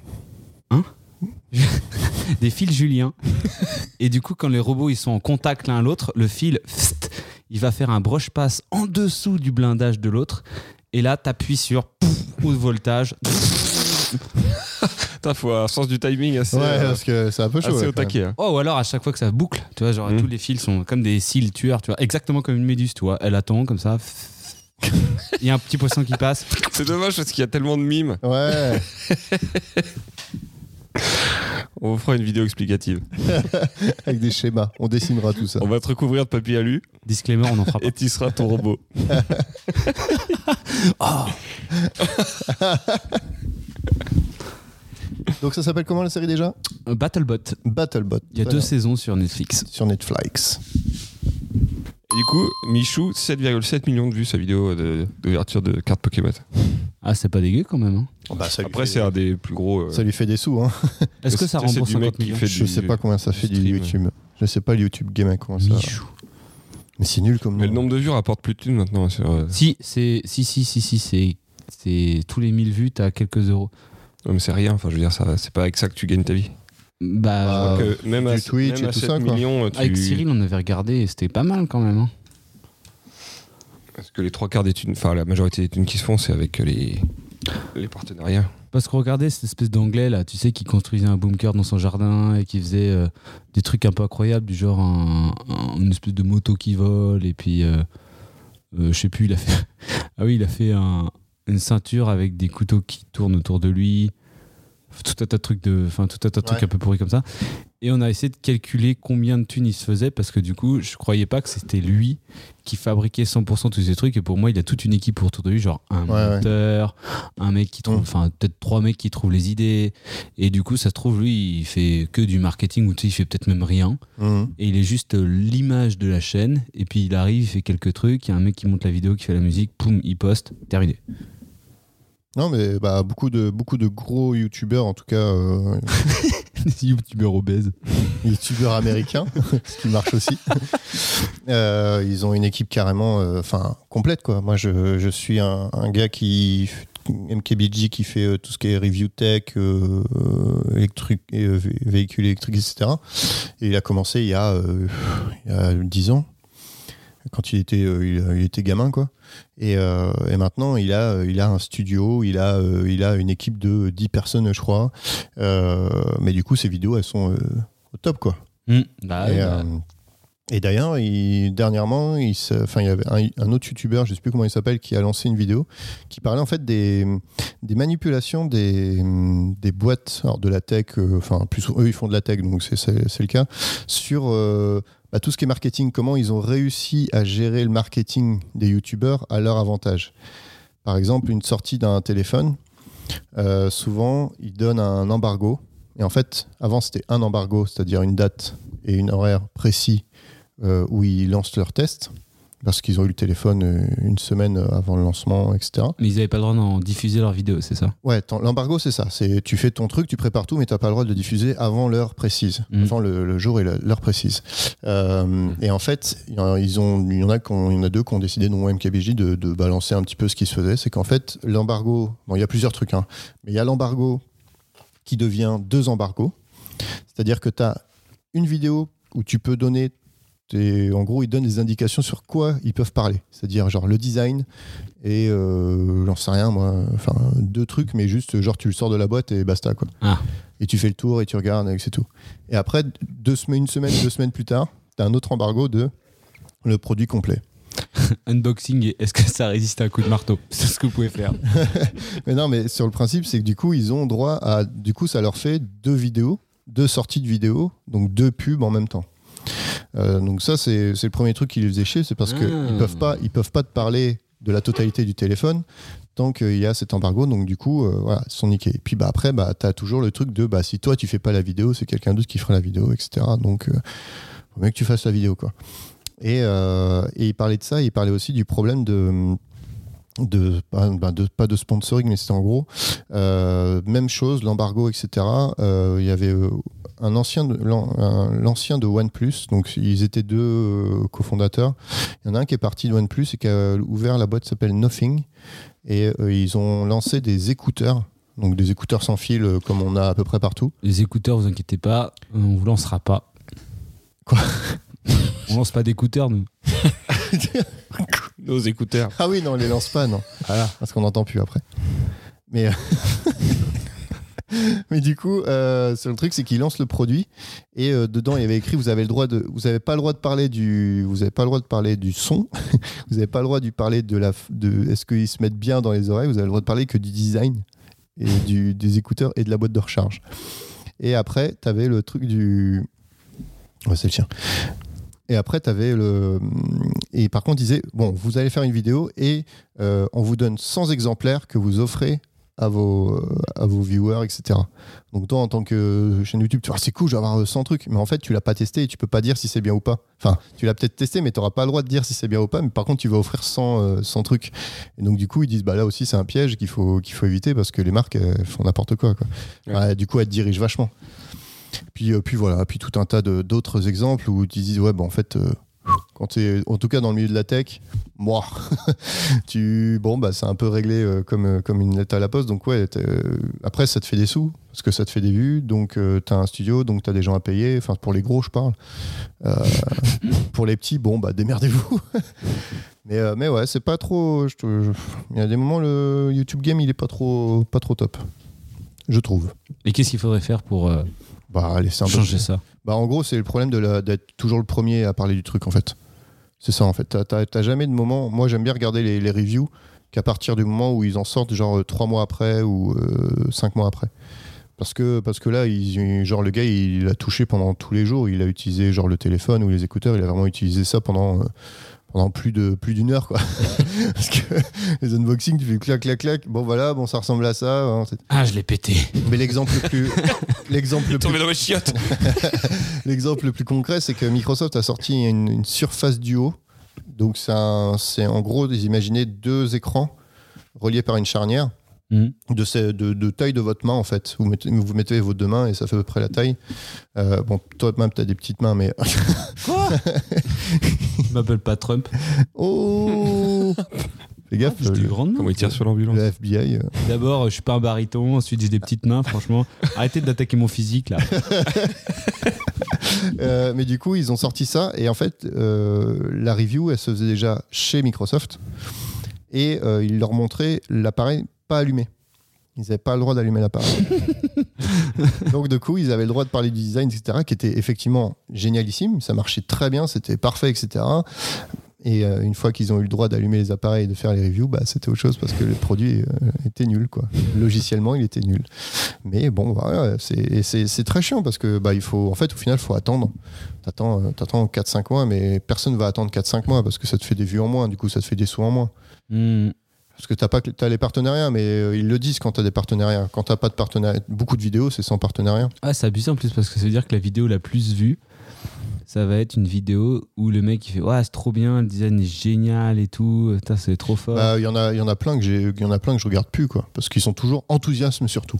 des fils Julien. et du coup, quand les robots ils sont en contact l'un à l'autre, le fil, pfft, il va faire un broche passe en dessous du blindage de l'autre, et là, t'appuies sur pouf, haut voltage. Putain, faut un sens du timing assez, Ouais, euh, parce que c'est un peu chaud. assez là, au quand même. taquet. hein. Oh, ou alors à chaque fois que ça boucle, tu vois, genre Mm. tous les fils sont comme des cils tueurs, tu vois, exactement comme une méduse, tu vois. Elle attend comme ça. Il y a un petit poisson qui passe. hein. C'est dommage parce qu'il y a tellement de mimes. Ouais. On vous fera une vidéo explicative. avec des schémas. On dessinera tout ça. On va te recouvrir de papier alu Disclaimer, on en Ah, fera pas. et tu seras ton robot. Donc ça s'appelle comment la série déjà Euh, Battlebot, Battlebot. il y a Voilà. deux saisons sur Netflix. sur Netflix. Et du coup, Michou, 7,7 millions de vues sa vidéo de- d'ouverture de, carte Pokémon. Ah, c'est pas dégueu quand même. hein. Après, c'est un des plus gros. euh, Ça lui fait des sous, hein. Est-ce que c'est- ça c'est rembourse du mec 50 qui millions fait Je du- sais pas combien ça fait du Stream. YouTube. Je sais pas le YouTube Game hein, comment ça. Michou. Mais c'est nul comme Mais le nom. nombre de vues rapporte plus de thunes maintenant. sur, euh, Si, c'est, si, si, si, si, c'est, c'est tous les 1000 vues, t'as quelques euros. Non, mais c'est rien. Enfin, je veux dire, ça, c'est pas avec ça que tu gagnes ta vie. Bah, Ah, Que même du à, Twitch même et à tout 7 ça, quoi. millions, euh, tu- avec Cyril, on avait regardé et c'était pas mal quand même. hein. Parce que les trois quarts des thunes, enfin la majorité des thunes qui se font, c'est avec euh, les, les partenariats. Parce que regardez cette espèce d'anglais là, tu sais, qui construisait un bunker dans son jardin et qui faisait euh, des trucs un peu incroyables, du genre un- un- une espèce de moto qui vole, et puis euh, euh, je sais plus, il a fait. ah oui, il a fait un- une ceinture avec des couteaux qui tournent autour de lui, tout un tas de trucs, de, enfin, tout un tas de trucs Ouais. un peu pourris comme ça. Et on a essayé de calculer combien de thunes il se faisait, parce que du coup, je croyais pas que c'était lui qui fabriquait 100% tous ces trucs, et pour moi, il a toute une équipe autour de lui, genre un Ouais, ouais. monteur un mec qui trouve, Mm. enfin peut-être trois mecs qui trouvent les idées, et du coup ça se trouve lui il fait que du marketing ou tu sais, il fait peut-être même rien, Mhm. et il est juste euh, l'image de la chaîne, et puis il arrive, il fait quelques trucs, il y a un mec qui monte la vidéo, qui fait la musique, poum, il poste, terminé. Non, mais bah, beaucoup, de, beaucoup de gros YouTubeurs, en tout cas euh, Youtubeur obèse. youtubeurs américains, ce qui marche aussi. Euh, ils ont une équipe carrément euh, enfin complète. Quoi. Moi, je, je suis un, un gars qui. MKBG qui fait euh, tout ce qui est review tech, euh, électri- et, euh, vé- véhicules électriques, etc. Et il a commencé il y a, euh, il y a 10 ans, quand il était, euh, il, il était gamin. quoi. Et, euh, et maintenant, il a, il a un studio, il a, euh, il a une équipe de 10 personnes, je crois. Euh, mais du coup, ses vidéos, elles sont euh, au top, quoi. Bah, et ouais, bah, euh, et d'ailleurs, il- dernièrement, il, se- enfin, il y avait un, un autre youtubeur, je ne sais plus comment il s'appelle, qui a lancé une vidéo qui parlait en fait des, des manipulations des, des boîtes alors de la tech, euh, enfin, plus eux ils font de la tech, donc c'est- c'est c'est le cas, sur euh, bah, tout ce qui est marketing, comment ils ont réussi à gérer le marketing des youtubeurs à leur avantage. Par exemple, une sortie d'un téléphone, euh, souvent, ils donnent un embargo. Et en fait, avant, c'était un embargo, c'est-à-dire une date et une horaire précis euh, où ils lancent leurs tests. parce qu'ils ont eu le téléphone euh, une semaine avant le lancement, etc. Mais ils n'avaient pas le droit d'en diffuser leurs vidéos, c'est ça Ouais, t'en- l'embargo, c'est ça. C'est tu fais ton truc, tu prépares tout, mais t'as pas le droit de le diffuser avant l'heure précise, Mm. avant le, le jour et le- l'heure précise. Euh, Et en fait, il y en- ils ont, il y en a, qui ont- il y en a deux qui ont décidé, non MKBJ, de, de balancer un petit peu ce qui se faisait. C'est qu'en fait, l'embargo, bon, il y a plusieurs trucs, hein, mais il y a l'embargo qui devient deux embargos. C'est-à-dire que t'as une vidéo où tu peux donner tes- en gros, ils donnent des indications sur quoi ils peuvent parler. C'est-à-dire, genre, le design et euh, j'en sais rien, moi. Enfin, deux trucs, mais juste, genre, tu le sors de la boîte et basta, quoi. Ah. Et tu fais le tour et tu regardes et c'est tout. Et après, deux semaines, une semaine, deux semaines plus tard, t'as un autre embargo de le produit complet. Unboxing, et est-ce que ça résiste à un coup de marteau C'est ce que vous pouvez faire. Mais non, mais sur le principe, c'est que du coup, ils ont droit à. Du coup, ça leur fait deux vidéos, deux sorties de vidéos, donc deux pubs en même temps. Euh, donc, ça, c'est c'est le premier truc qui les faisait chier, c'est parce qu'ils Ah. ne peuvent, pas- ils peuvent pas te parler de la totalité du téléphone tant qu'il y a cet embargo. Donc, du coup, euh, voilà, ils sont niqués. Et puis, bah, après, bah, tu as toujours le truc de bah, si toi, tu fais pas la vidéo, c'est quelqu'un d'autre qui fera la vidéo, etc. Donc, euh, faut mieux que tu fasses la vidéo, quoi. Et, euh, et il parlait de ça, il parlait aussi du problème de, hum, de, pas- ben, de- pas de sponsoring, mais c'était en gros, euh, même chose, l'embargo, etc. Euh, Il y avait euh, un ancien de, l'an- un- l'ancien de OnePlus, donc ils étaient deux euh, cofondateurs. Il y en a un qui est parti de OnePlus et qui a ouvert la boîte qui s'appelle Nothing, et euh, ils ont lancé des écouteurs. Donc des écouteurs sans fil euh, comme on a à peu près partout. Les écouteurs, vous inquiétez pas, on vous lancera pas. Quoi On lance pas d'écouteurs, nous. Nos écouteurs. Ah oui, non, on les lance pas, non. Parce qu'on n'entend plus après. Mais, euh, mais du coup, euh, c'est le truc, c'est qu'ils lancent le produit et euh, dedans il y avait écrit vous avez le droit de, vous n'avez pas le droit de parler du, vous avez pas le droit de parler du son, vous n'avez pas le droit de parler de la, f- de, est-ce qu'ils se mettent bien dans les oreilles, vous avez le droit de parler que du design et du, des écouteurs et de la boîte de recharge. Et après, tu avais le truc du, ouais, c'est le chien. Et après, tu avais le. Et par contre, ils disaient bon, vous allez faire une vidéo et euh, on vous donne 100 exemplaires que vous offrez à vos, à vos viewers, etc. Donc toi, en tant que chaîne YouTube, tu vois, c'est cool, je vais avoir euh, 100 trucs, mais en fait, tu l'as pas testé et tu peux pas dire si c'est bien ou pas. Enfin, tu l'as peut-être testé, mais tu n'auras pas le droit de dire si c'est bien ou pas, mais par contre, tu vas offrir 100, euh, 100 trucs. Et donc, du coup, ils disent, bah là aussi, c'est un piège qu'il faut, qu'il faut éviter parce que les marques, elles font n'importe quoi. quoi. Ouais. Ouais, du coup, elles te dirigent vachement. Puis, euh, puis voilà, puis tout un tas de- d'autres exemples où ils disent, ouais, bah en fait, euh, quand tu es, en tout cas dans le milieu de la tech, moi, tu bon bah c'est un peu réglé euh, comme euh, comme une lettre à la poste donc ouais t'es, euh, après ça te fait des sous parce que ça te fait des vues donc euh, t'as un studio donc t'as des gens à payer enfin pour les gros je parle Euh, pour les petits bon bah démerdez-vous mais euh, mais ouais c'est pas trop je te- je- il y a des moments le YouTube game il est pas trop pas trop top je trouve Et qu'est-ce qu'il faudrait faire pour euh, bah allez c'est un peu- changer ça bah, en gros, c'est le problème de la- d'être toujours le premier à parler du truc, en fait. C'est ça, en fait. T'as- T'as t'as jamais de moment. Moi, j'aime bien regarder les, les reviews qu'à partir du moment où ils en sortent, genre euh, trois mois après ou euh, cinq mois après. Parce que, parce que là, ils- genre, le gars, il a touché pendant tous les jours. Il a utilisé genre le téléphone ou les écouteurs. Il a vraiment utilisé ça pendant, euh, pendant plus de plus d'une heure, quoi. parce que les unboxings, tu fais clac, clac, clac. Bon, voilà, bon, ça ressemble à ça. hein, c'est- Ah, je l'ai pété. Mais l'exemple le plus. L'exemple le plus Tombé dans ma chiotte. L'exemple le plus concret, c'est que Microsoft a sorti une, une surface duo. Donc, c'est un- c'est en gros, vous imaginez deux écrans reliés par une charnière Mhm. de, ces- de- de taille de votre main, en fait. Vous mettez, vous mettez vos deux mains et ça fait à peu près la taille. Euh, bon, toi, même, tu as des petites mains, mais. Je m'appelle pas Trump. oh Fais gaffe, Ah, Je dis le, grande Comment il tire sur l'ambulance le FBI. euh. D'abord, je suis pas un baryton. Ensuite, j'ai des petites mains. Franchement, arrêtez d'attaquer mon physique là. Euh, mais du coup, ils ont sorti ça. Et en fait, euh, la review, elle se faisait déjà chez Microsoft. Et euh, ils leur montraient l'appareil pas allumé. Ils n'avaient pas le droit d'allumer l'appareil. Donc, du coup, ils avaient le droit de parler du design, etc., qui était effectivement génialissime. Ça marchait très bien, c'était parfait, etc. Et euh, une fois qu'ils ont eu le droit d'allumer les appareils et de faire les reviews, bah, c'était autre chose parce que le produit euh, était nul. Quoi. Logiciellement, il était nul. Mais bon, voilà, c'est- et c'est c'est très chiant parce que bah, il faut, en fait, au final, il faut attendre. T'attends euh, t'attends 4-5 mois, mais personne va attendre 4-5 mois parce que ça te fait des vues en moins, du coup, ça te fait des sous en moins. Hmm. Parce que t'as pas que- t'as les partenariats, mais euh, ils le disent quand t'as des partenariats. Quand t'as pas de partenariat, beaucoup de vidéos, c'est sans partenariat. Ah, c'est abusé en plus parce que ça veut dire que la vidéo la plus vue, ça va être une vidéo où le mec il fait Ouah, c'est trop bien, le design est génial et tout, putain, c'est trop fort. Bah, Il y en a, il y en a plein que j'ai, il y en a plein que je regarde plus quoi, parce qu'ils sont toujours enthousiasme surtout.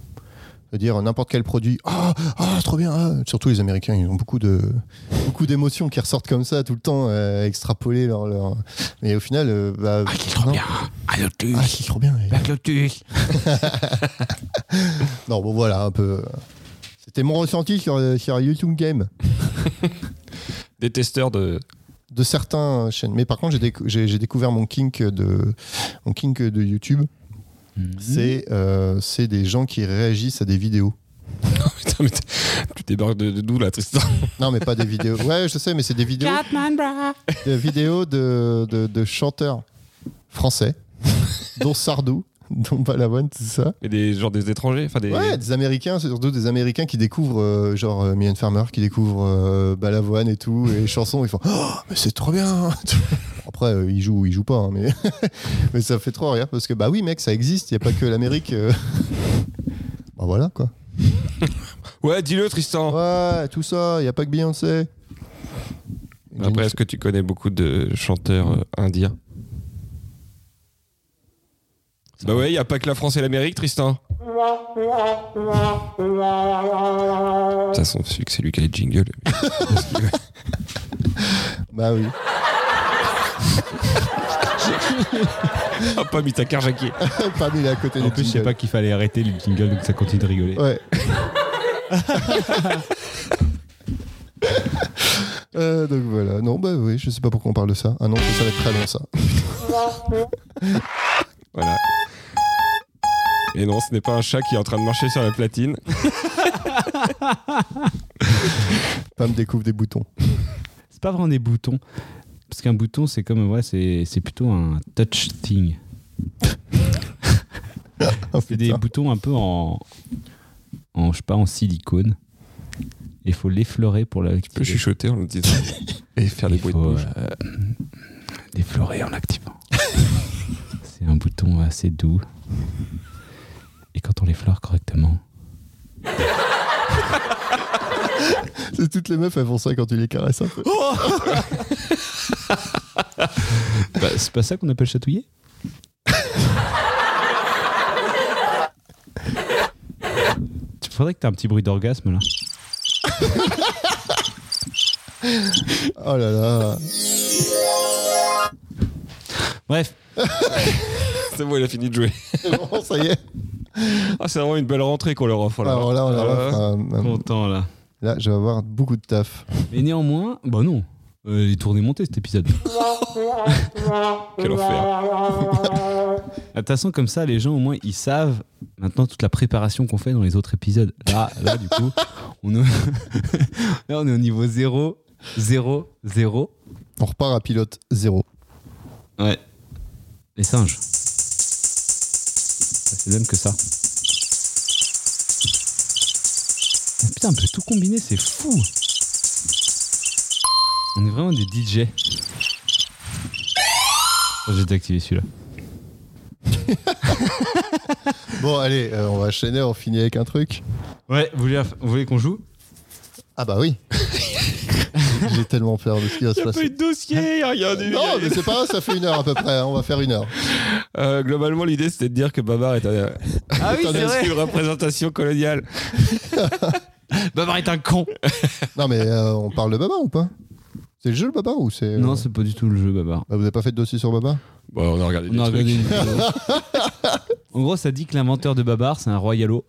C'est-à-dire n'importe quel produit, ah, ah, c'est trop bien. ah. Surtout les Américains, ils ont beaucoup de, beaucoup d'émotions qui ressortent comme ça tout le temps, euh, extrapoler leur, leur- Mais au final, euh, bah, ah, qui est trop non. bien, un Lotus, Ah, c'est trop bien. la Lotus. Non, bon voilà, un peu. euh, C'était mon ressenti sur, euh, sur YouTube Game Des testeurs de. de certains chaînes. Mais par contre, j'ai, décou- j'ai- j'ai découvert mon kink de, mon kink de YouTube. C'est, euh, c'est des gens qui réagissent à des vidéos. Putain, mais t'es- tu débarques de, de d'où là, Tristan Non, mais pas des vidéos. Ouais, je sais, mais c'est des vidéos. Des vidéos de, de, de chanteurs français, dont Sardou, dont Balavoine, tout ça. Et des genre des étrangers, enfin des. Ouais, des Américains, c'est surtout des Américains qui découvrent, euh, genre euh, Mylène Farmer, qui découvrent euh, Balavoine et tout, et les chansons, ils font Oh, mais c'est trop bien Après, euh, ils jouent ou ils jouent pas, hein, mais... mais ça fait trop rire, parce que bah oui, mec, ça existe, il n'y a pas que l'Amérique. euh. bah voilà, quoi. Ouais, dis-le, Tristan. Ouais, tout ça, il n'y a pas que Beyoncé. Après, est-ce que tu connais beaucoup de chanteurs euh, indiens Bah ouais, y a pas que la France et l'Amérique, Tristan. Ça son succès, lui qui a les jingles. Bah oui. Ah, pas mis ta carjaquée. pas mis à côté En des plus, je sais jingles. pas qu'il fallait arrêter le jingle, donc ça continue de rigoler. euh, Ouais. Euh, donc voilà, non, bah oui, je sais pas pourquoi on parle de ça. Ah non, ça va être très long ça. Voilà. Et non, ce n'est pas un chat qui est en train de marcher sur la platine. Pam découvre des boutons. C'est pas vraiment des boutons. Parce qu'un bouton, c'est comme. Ouais, c'est c'est plutôt un touch thing. Oh, C'est des putain. boutons un peu en. en je sais pas, en silicone. Et il faut l'effleurer pour la. Tu peux chuchoter en le disant. Et faire des Il bruits de faut, bouche. euh, l'effleurer en l'activant. c'est un bouton assez doux. Et quand on l'effleure correctement. C'est toutes les meufs, elles font ça quand tu les caresses un peu. Bah, c'est pas ça qu'on appelle chatouiller Tu faudrait que t'aies un petit bruit d'orgasme là. Oh là là. Bref, C'est bon, il a fini de jouer. C'est bon, ça y est. Ah, c'est vraiment une belle rentrée qu'on leur offre. là. Alors là, on leur Ah, offre un- un- content là. là, je vais avoir beaucoup de taf. Mais néanmoins, bah non. Euh, il est tourné monté cet épisode. De Quel enfer. toute façon, comme ça, les gens au moins ils savent maintenant toute la préparation qu'on fait dans les autres épisodes. Là, là du coup, on est... là, on est au niveau 0, 0, 0. On repart à pilote zéro. Ouais. Les singes. C'est le même que ça. Ah, Putain, on peut tout combiner, c'est fou. On est vraiment des DJ. Oh, J'ai désactivé celui-là. Bon, allez, euh, on va enchaîner, on finit avec un truc. Ouais, vous voulez, qu'on joue Ah bah oui. J'ai tellement peur de ce qui va se passer. dossier, rien du Non, mais c'est pas grave, ça fait une heure à peu près. hein, On va faire une heure. Euh, globalement, l'idée c'était de dire que Babar est un- Ah oui, est une représentation coloniale. Babar est un con Non, mais euh, on parle de Baba ou pas C'est le jeu le Baba ou c'est. Non, euh, c'est pas du tout le jeu, Babar. bah, vous avez pas fait de dossier sur Baba Bon, on a regardé On des a trucs. regardé une vidéo. En gros, ça dit que l'inventeur de Babar, c'est un roi Yalo.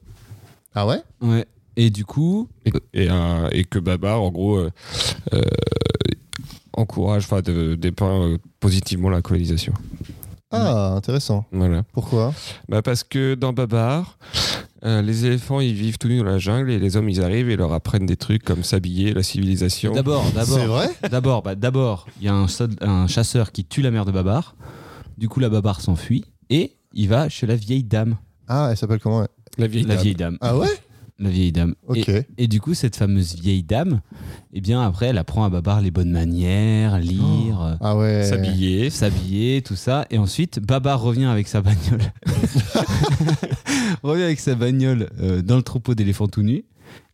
Ah ouais Ouais. Et du coup, Et, un- et que Babar, en gros, euh, euh, encourage, enfin, de- dépeint euh, positivement la colonisation. Ah, intéressant. Voilà. Pourquoi Bah parce que dans Babar, euh, les éléphants ils vivent tout nus dans la jungle et les hommes ils arrivent et leur apprennent des trucs comme s'habiller, la civilisation. d'abord, d'abord, C'est vrai D'abord, bah, d'abord, il y a un, sol- un chasseur qui tue la mère de Babar. Du coup, la Babar s'enfuit et il va chez la vieille dame. Ah, elle s'appelle comment elle La vieille la dame. vieille dame. Ah ouais La vieille dame. Ok. Et, et du coup, cette fameuse vieille dame, eh bien, après, elle apprend à Babar les bonnes manières, lire, euh, Ah ouais. s'habiller. s'habiller, tout ça. Et ensuite, Babar revient avec sa bagnole. revient avec sa bagnole euh, dans le troupeau d'éléphants tout nus.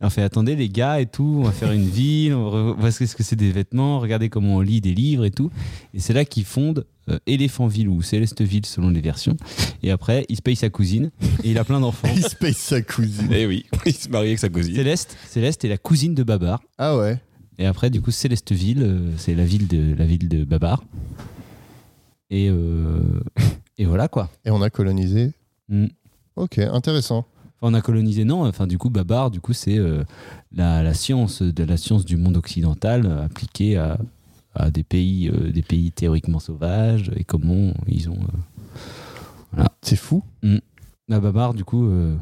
Et on fait attendez les gars et tout, on va faire une ville, on va revoir ce que c'est des vêtements, regardez comment on lit des livres et tout. Et c'est là qu'ils fondent euh, Éléphantville ou Célesteville selon les versions. Et après, il se paye sa cousine et il a plein d'enfants. Il se paye sa cousine. Eh oui, il se marie avec sa cousine. Céleste, Céleste est la cousine de Babar. Ah ouais Et après, du coup, Célesteville, euh, c'est la ville de la ville de Babar. Et euh, et voilà quoi. Et on a colonisé Mm. Ok, intéressant. Enfin, on a colonisé non. Enfin, du coup, Babar, du coup, c'est euh, la, la science de la science du monde occidental euh, appliquée à, à des pays, euh, des pays théoriquement sauvages et comment ils ont. euh. C'est fou. Ah, Babar, du coup. euh,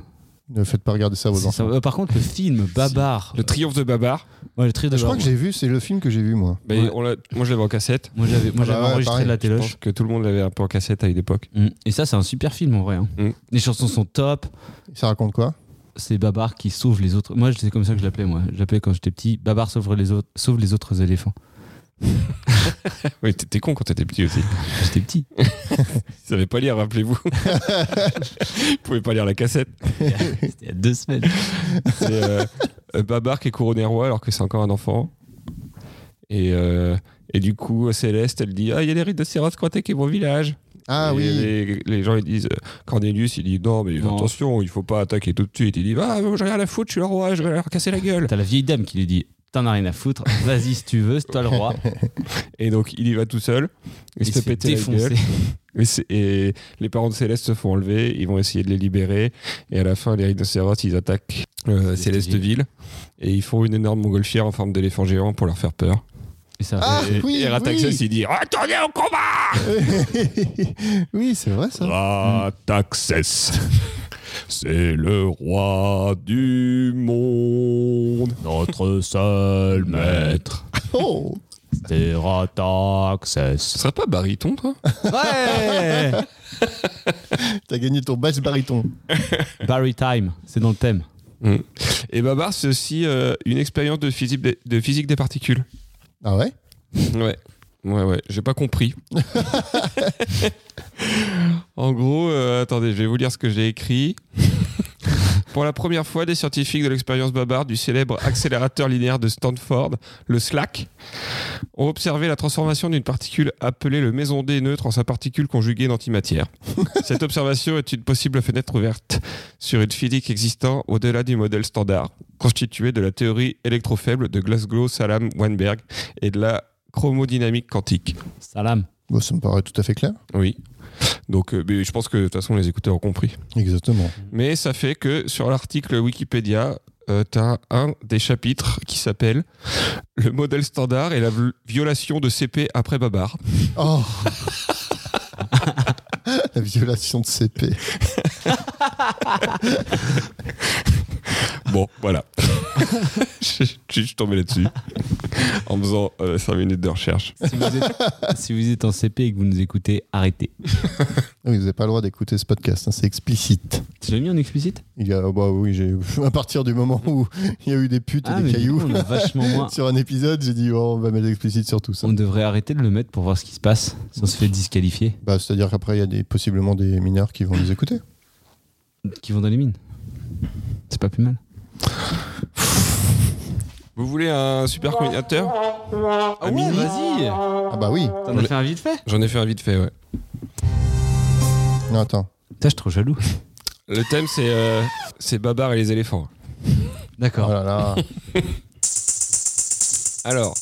Ne faites pas regarder ça à vos c'est enfants. ça. Euh, Par contre, le film Babar, Le triomphe de Babar. Ouais, le tri de Je crois Babar, que j'ai vu, c'est le film que j'ai vu moi. Ben, Ouais. on l'a- moi, je l'avais en cassette. moi j'avais, moi, Ah bah j'avais ouais, enregistré pareil, la Je téloche. pense que tout le monde l'avait un peu en cassette à une époque. Mm. Et ça, c'est un super film en vrai. hein. Mm. Les chansons sont top. Ça raconte quoi C'est Babar qui sauve les autres. Moi, c'est comme ça que je l'appelais. Moi, j'appelais quand j'étais petit. Babar sauve les autres, sauve les autres éléphants. Oui, t'étais con quand t'étais petit aussi. J'étais petit. Ils savaient pas lire, rappelez-vous. Ils pouvaient pas lire la cassette. C'était il y a deux semaines. C'est euh, euh, Babar qui est couronné roi alors que c'est encore un enfant. Et, euh, et du coup, Céleste, elle dit Ah, il y a les rites de Sérote qui est mon village. Ah Et oui. Les, les gens, ils disent euh, Cornelius, il dit Non, mais Non. attention, il faut pas attaquer tout de suite. Il dit Ah, moi, j'ai rien à foutre, je suis le roi, je vais leur casser la gueule. T'as la vieille dame qui lui dit T'en as rien à foutre, vas-y si tu veux, c'est toi le roi. Et donc, il y va tout seul. Il, se, fait péter la défoncer. gueule. Et, c'est- et les parents de Céleste se font enlever. Ils vont essayer de les libérer. Et à la fin, les rhinocéros, ils attaquent euh, Célesteville. Et ils font une énorme montgolfière en forme d'éléphant géant pour leur faire peur. Et ça, Ah et oui, et Rataxas, oui. il dit Retournez au combat oui, c'est vrai ça. Rataxas, c'est le roi du monde. Notre seul maître, Oh c'est Ce Rataxes. serait pas baryton, toi Ouais T'as gagné ton basse bariton. Barry Time, c'est dans le thème. Et Babar, c'est aussi euh, une expérience de physique, des, de physique des particules. Ah ouais Ouais. Ouais, ouais, j'ai pas compris. en gros, euh, attendez, je vais vous lire ce que j'ai écrit. Pour la première fois, des scientifiques de l'expérience Babar du célèbre accélérateur linéaire de Stanford, le SLAC, ont observé la transformation d'une particule appelée le meson D neutre en sa particule conjuguée d'antimatière. Cette observation est une possible fenêtre ouverte sur une physique existant au-delà du modèle standard, constituée de la théorie électrofaible de Glasgow, Salam, Weinberg et de la chromodynamique quantique. Salam. Bon, ça me paraît tout à fait clair. Oui. Donc, euh, mais je pense que de toute façon, les écouteurs ont compris. Exactement. Mais ça fait que sur l'article Wikipédia, tu as un des chapitres qui s'appelle Le modèle standard et la v- violation de CP après Babar. Oh La violation de CP. Bon, voilà. je, je- je suis tombé là-dessus en faisant 5 minutes de recherche. Si vous, êtes, si vous êtes en CP et que vous nous écoutez, arrêtez. Oui, vous n'avez pas le droit d'écouter ce podcast, hein, c'est explicite. Tu l'as mis en explicite Il y a, bah oui, j'ai- à partir du moment où il y a eu des putes et des Ah, mais du cailloux coup, on a vachement moins. sur un épisode, j'ai dit, oh, on va mettre explicite sur tout ça. On devrait arrêter de le mettre pour voir ce qui se passe, si on se fait disqualifier. Bah, c'est-à-dire qu'après, il y a des, possiblement des mineurs qui vont nous écouter. Qui vont dans les mines. C'est pas plus mal. Vous voulez un super communicateur Ah oui, vas-y Ah bah oui. T'en as fait un vite fait J'en ai fait un vite fait, ouais. Non, attends. Putain, je suis trop jaloux. Le thème, c'est euh, c'est Babar et les éléphants. Oh D'accord. là là. Alors,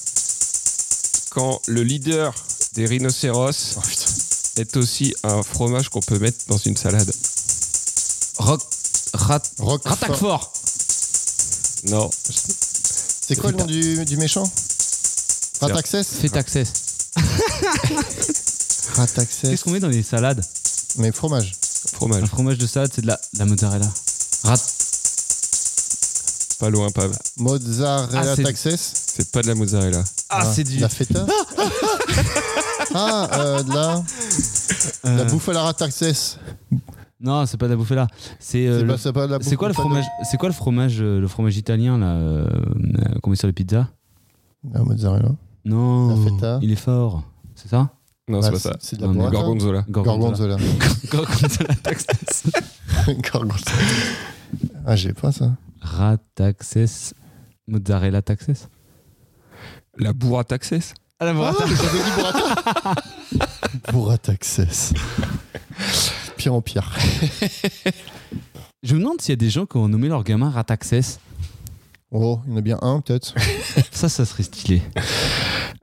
quand le leader des rhinocéros est aussi un fromage qu'on peut mettre dans une salade. Rock. Rat. Rock- Ratakfort Non, C'est quoi le nom du, du méchant Rataxès Fait access. Rataxès. Qu'est-ce qu'on met dans les salades Mais fromage. fromage, Un fromage de salade, c'est de la, de la mozzarella. Rat. pas loin, pas. Mozzarella Ah, c'est- Taxès C'est pas de la mozzarella. Ah, c'est du. La feta Ah, euh, de la, euh, la bouffe à la Rataxès. Non, c'est pas de la bouffée là. C'est. euh, c'est le- pas, c'est pas de la bouffe. C'est quoi le fromage C'est quoi le fromage euh, Le fromage italien là euh, euh, Qu'on met sur les pizzas La Ah, mozzarella. Non. La feta. Oh. Il est fort. C'est ça Non, Bah, c'est pas ça. C'est de la Non, mais burrata. Gorgonzola. Gorgonzola. Gorgonzola. Gorgonzola. Gorgonzola. Ah, j'ai pas ça. Rataxes. Mozzarella taxes La bourrate access Ah, la Ah, j'avais dit Burrata. Burrata Access. Pire en pire. Je me demande s'il y a des gens qui ont nommé leur gamin Rataxes. Oh, il y en a bien un peut-être. Ça, ça serait stylé.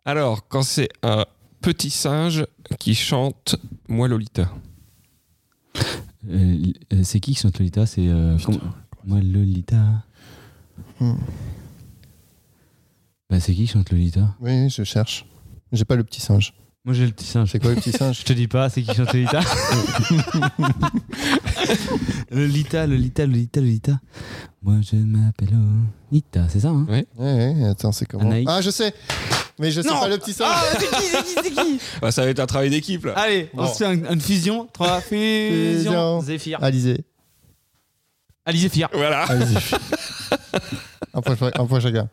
Alors, quand c'est un petit singe qui chante Moi Lolita. Euh, euh, c'est qui qui chante Lolita C'est. euh, Putain. comment- Moi, Lolita. Hmm. Bah, c'est qui qui chante Lolita Oui, je cherche. J'ai pas le petit singe. Moi, j'ai le petit singe. C'est quoi le petit singe Je te dis pas, c'est qui chante Lolita Lolita, Lolita, Lolita, Lolita. Moi, je m'appelle Lolita, c'est ça, hein Ouais, ouais, Eh, attends, c'est comment Anaïs. Ah, je sais Mais je sais Non. pas le petit singe c'est qui, c'est qui, c'est qui Bah, ça va être un travail d'équipe là. Allez, on Bon. se fait un- une fusion. Trois fusions. Fusion. Zéphyr. Alizé. Allez, Zéphyr. Voilà. Alizé. un, point, cha- un point chacun.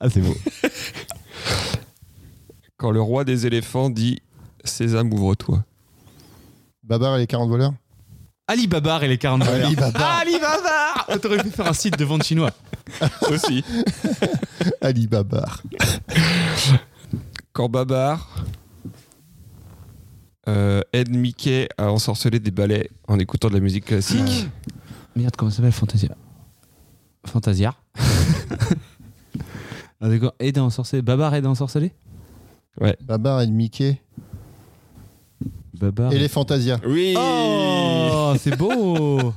Ah, c'est beau. Quand le roi des éléphants dit Sésame, ouvre-toi. Babar et les 40 voleurs Ali Babar et les 40 voleurs. Ali Babar. Ali Ah, Babar T'aurais pu faire un site de vente chinois. Aussi. Ali Babar. Quand Babar euh, aide Mickey à ensorceler des balais en écoutant de la musique classique. Merde, comment ça s'appelle Fantasia Fantasia. ah, D'accord, aide à ensorceler. Babar aide à ensorceler Babar et Mickey. Babar. Et les Fantasia. Oui Oh, c'est beau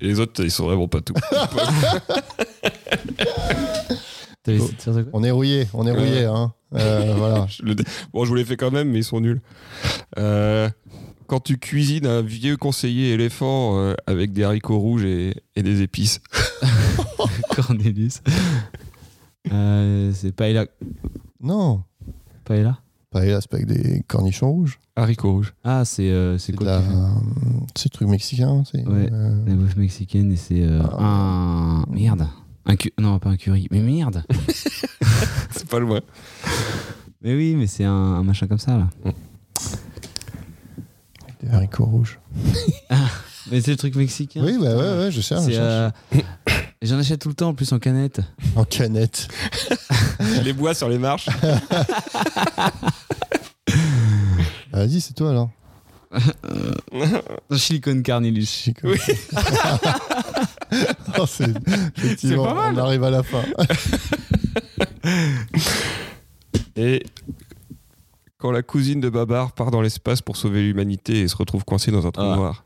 Et les autres, ils sont vraiment pas tout. T'avais essayé de faire ça quoi On est rouillé, on est Ouais. rouillé, hein. Euh, voilà. Je le dé- Bon, je vous les fais quand même, mais ils sont nuls. Euh, quand tu cuisines un vieux conseiller éléphant euh, avec des haricots rouges et, et des épices. Oh, Cornelius. Euh, c'est Paella. Non, Paella pas hélas, pas avec des cornichons rouges. Haricots rouges. Ah, c'est euh, c'est C'est de quoi la... qui fait C'est le truc mexicain, c'est... Ouais. euh, La bouffe mexicaine et c'est euh, Ah. un. Merde. Un cu- Non, pas un curry. Mais merde C'est pas loin. Mais oui, mais c'est un, un machin comme ça là. des haricots rouges. Mais c'est le truc mexicain. Oui, bah ouais, ouais, je cherche, je C'est, cherche. euh, J'en achète tout le temps en plus en canette. En canette. les bois sur les marches. Ah, Vas-y, c'est toi alors. Silicone Carnelius. Chico. Oh, c'est effectivement, C'est pas mal. on arrive à la fin. Et quand la cousine de Babar part dans l'espace pour sauver l'humanité et se retrouve coincée dans un trou Ah. noir.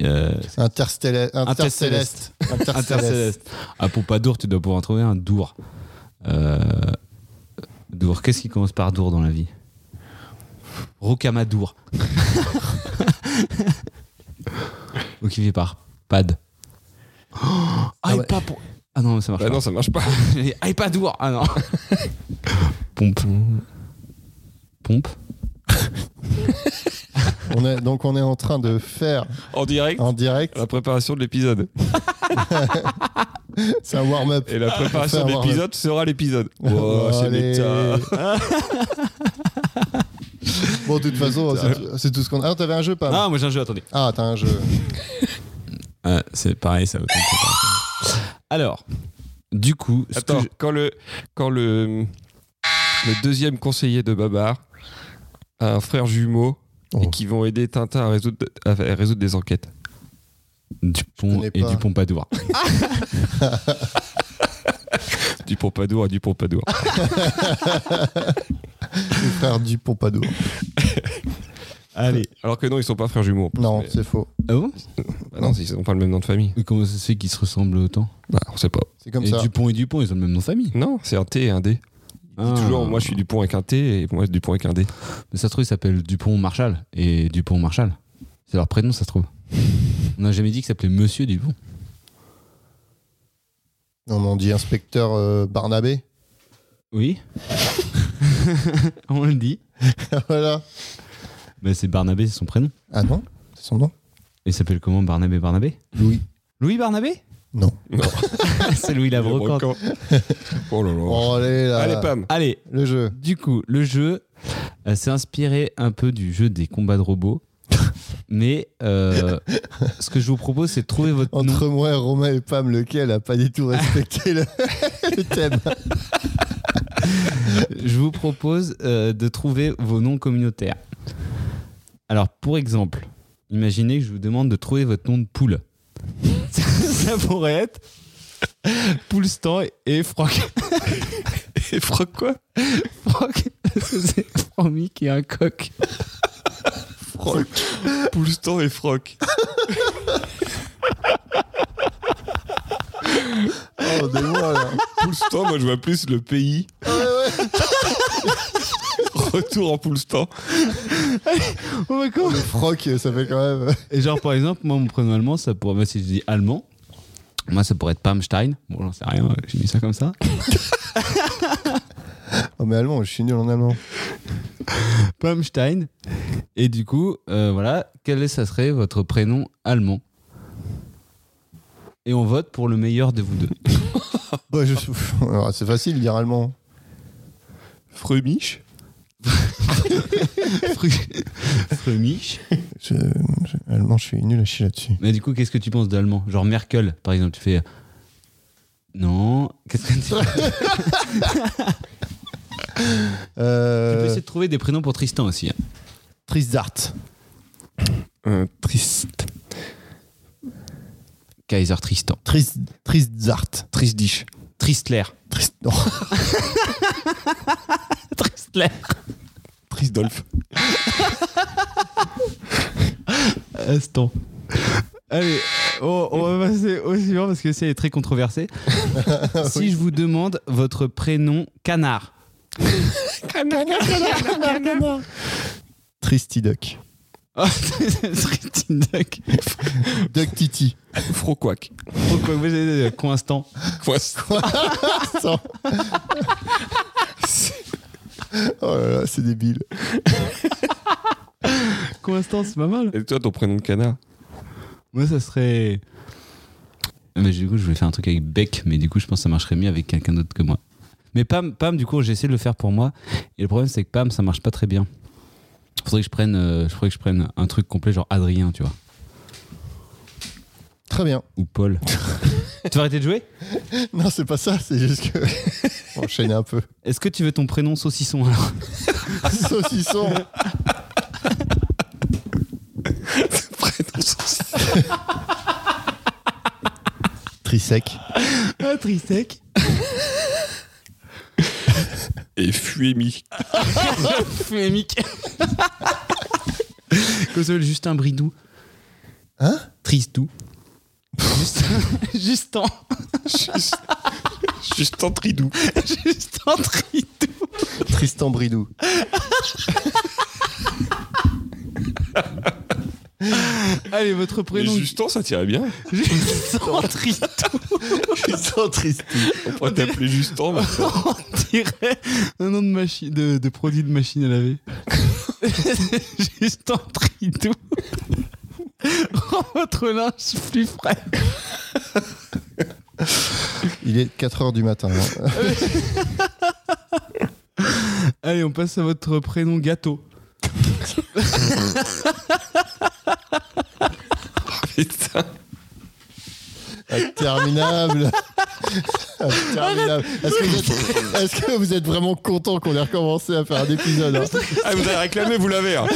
euh, Interstelleste. Interstelleste. Intercéleste. Intercéleste. À Pompadour, tu dois pouvoir en trouver un Dour. Euh, Dour. Qu'est-ce qui commence par Dour dans la vie Rocamadour. Ou qui fait par Pad. Oh, Ah ouais. iPad pour- Ah non, ça marche Bah pas. non, ça marche pas. J'allais dire, iPadour. Ah non. Pompe. Pompe. On est, donc on est en train de faire En direct, en direct. la préparation de l'épisode. C'est un warm-up. Et la préparation Faut de avoir l'épisode sera l'épisode. Oh, c'est Allez. méta. Bon, de toute façon, c'est tout- c'est tout ce qu'on a. Ah, t'avais un jeu, pas Ah, moi j'ai un jeu, attendez. Ah, t'as un jeu. Ah, c'est pareil, ça Alors, du coup, ce que Attends, je- quand le quand le le deuxième conseiller de Babar a un frère jumeau Oh. et qui vont aider Tintin à résoudre, à faire- à résoudre des enquêtes. Dupont connais et pas. du Pompadour. Du Pompadour à du Pompadour. Les frères du Pompadour. Allez. Alors que non, ils sont pas frères jumeaux. en plus, Non, mais- c'est faux. Ah bon Bah non, ils n'ont pas le même nom de famille. Mais comment ça se fait qu'ils se ressemblent autant Bah, on sait pas. C'est comme Et ça. Dupont et Dupont, ils ont le même nom de famille. Non, c'est un T et un D. Il dit Ah. toujours, moi je suis Dupont avec un T et moi je suis Dupont avec un D. Mais Ah. ça se trouve, ils s'appellent Dupont Marshall et Dupont Marshall. C'est leur prénom, ça se trouve. On n'a jamais dit qu'ils s'appelaient Monsieur Dupont. Non, mais on dit inspecteur euh, Barnabé. Oui. On le dit. voilà. Mais Bah, c'est Barnabé, c'est son prénom. Ah non C'est son nom Il s'appelle comment Barnabé Barnabé Louis. Louis Barnabé Non. C'est Louis la brocante. oh là là. Oh, allez, là. Allez, Pam. Allez, Le jeu. du coup, le jeu euh, s'est inspiré un peu du jeu des combats de robots. Mais euh, ce que je vous propose, c'est de trouver votre nom. Entre moi, Romain et Pam, lequel a pas du tout respecté le, le thème Je vous propose euh, de trouver vos noms communautaires. Alors, pour exemple, imaginez que je vous demande de trouver votre nom de poule. Ça pourrait être Poulstan et Franck. Et Franck, quoi Franck, parce que c'est Fromic et un coq. Franck. Poulstan et Franck. Oh, des mois, là. Poulstan, moi, je vois plus le pays. Retour en Poulstan. Oh my god. Le froc, ça fait quand même. Et genre, par exemple, moi, mon prénom allemand, ça pourrait. Moi, si je dis allemand, moi, ça pourrait être Pamstein. Bon, j'en sais rien, j'ai mis ça comme ça. Oh, mais allemand, je suis nul en allemand. Pamstein. Et du coup, euh, voilà, quel est, ça serait votre prénom allemand Et on vote pour le meilleur de vous deux. Ouais, je- Alors, C'est facile de dire allemand. Fremiche. Fru- Frumiche. Je- je- Allemand, je suis nul à chier là-dessus. Mais du coup, qu'est-ce que tu penses d'allemand Genre Merkel, par exemple, tu fais. euh, Non, qu'est-ce que tu Tu peux Euh, essayer de trouver des prénoms pour Tristan aussi. hein. Trisdart. Euh, triste. Kaiser Tristan. Tris- Trisdart. Tristdiche. Tristler. Trist... non. Tristler. Tristdolph. Instant. Allez, on, on va passer au suivant parce que c'est très controversé. si je vous demande votre prénom canard, Tristiduck. Oh, c'est- c'est Tristan Duck. Duck Titi. Froquac. Oh, quoi, moi, j'ai- euh, Coinstant. Attends. oh là là, c'est débile. Coinstant, c'est pas mal. Et toi, ton prénom de canard Moi, ça serait. Mais du coup, je voulais faire un truc avec Beck, mais du coup, je pense que ça marcherait mieux avec quelqu'un d'autre que moi. Mais Pam, Pam, du coup, j'ai essayé de le faire pour moi. Et le problème, c'est que Pam, ça marche pas très bien. Faudrait que je prenne, euh, faudrait que je prenne un truc complet, genre Adrien, tu vois. Très bien. ou Paul. tu vas arrêter de jouer Non, c'est pas ça, c'est juste que. On enchaîne un peu. Est-ce que tu veux ton prénom saucisson alors Saucisson. Prénom saucisson. Trisec. Un trisec. Et Fuémi. Fémique. Comme ça, Justin Bridou. Hein Tristou. Justin. Justin. Juste, juste en tridou. Justin Tridou. Tristan Bridou. Allez, votre Mais prénom. Justin, ça tirait bien. Justin Tridou. Tristan Tristou. On pourrait t'appeler bah, Justin. mais- On dirait un nom de, machine, de, de produit de machine à laver. Justin Tridou. Rends votre linge plus frais. Il est 4h du matin. hein. Allez, on passe à votre prénom gâteau. Putain. Interminable. Interminable. Est-ce que, vous êtes- est-ce que vous êtes vraiment content qu'on ait recommencé à faire un épisode hein Ah, vous avez réclamé, vous l'avez. hein.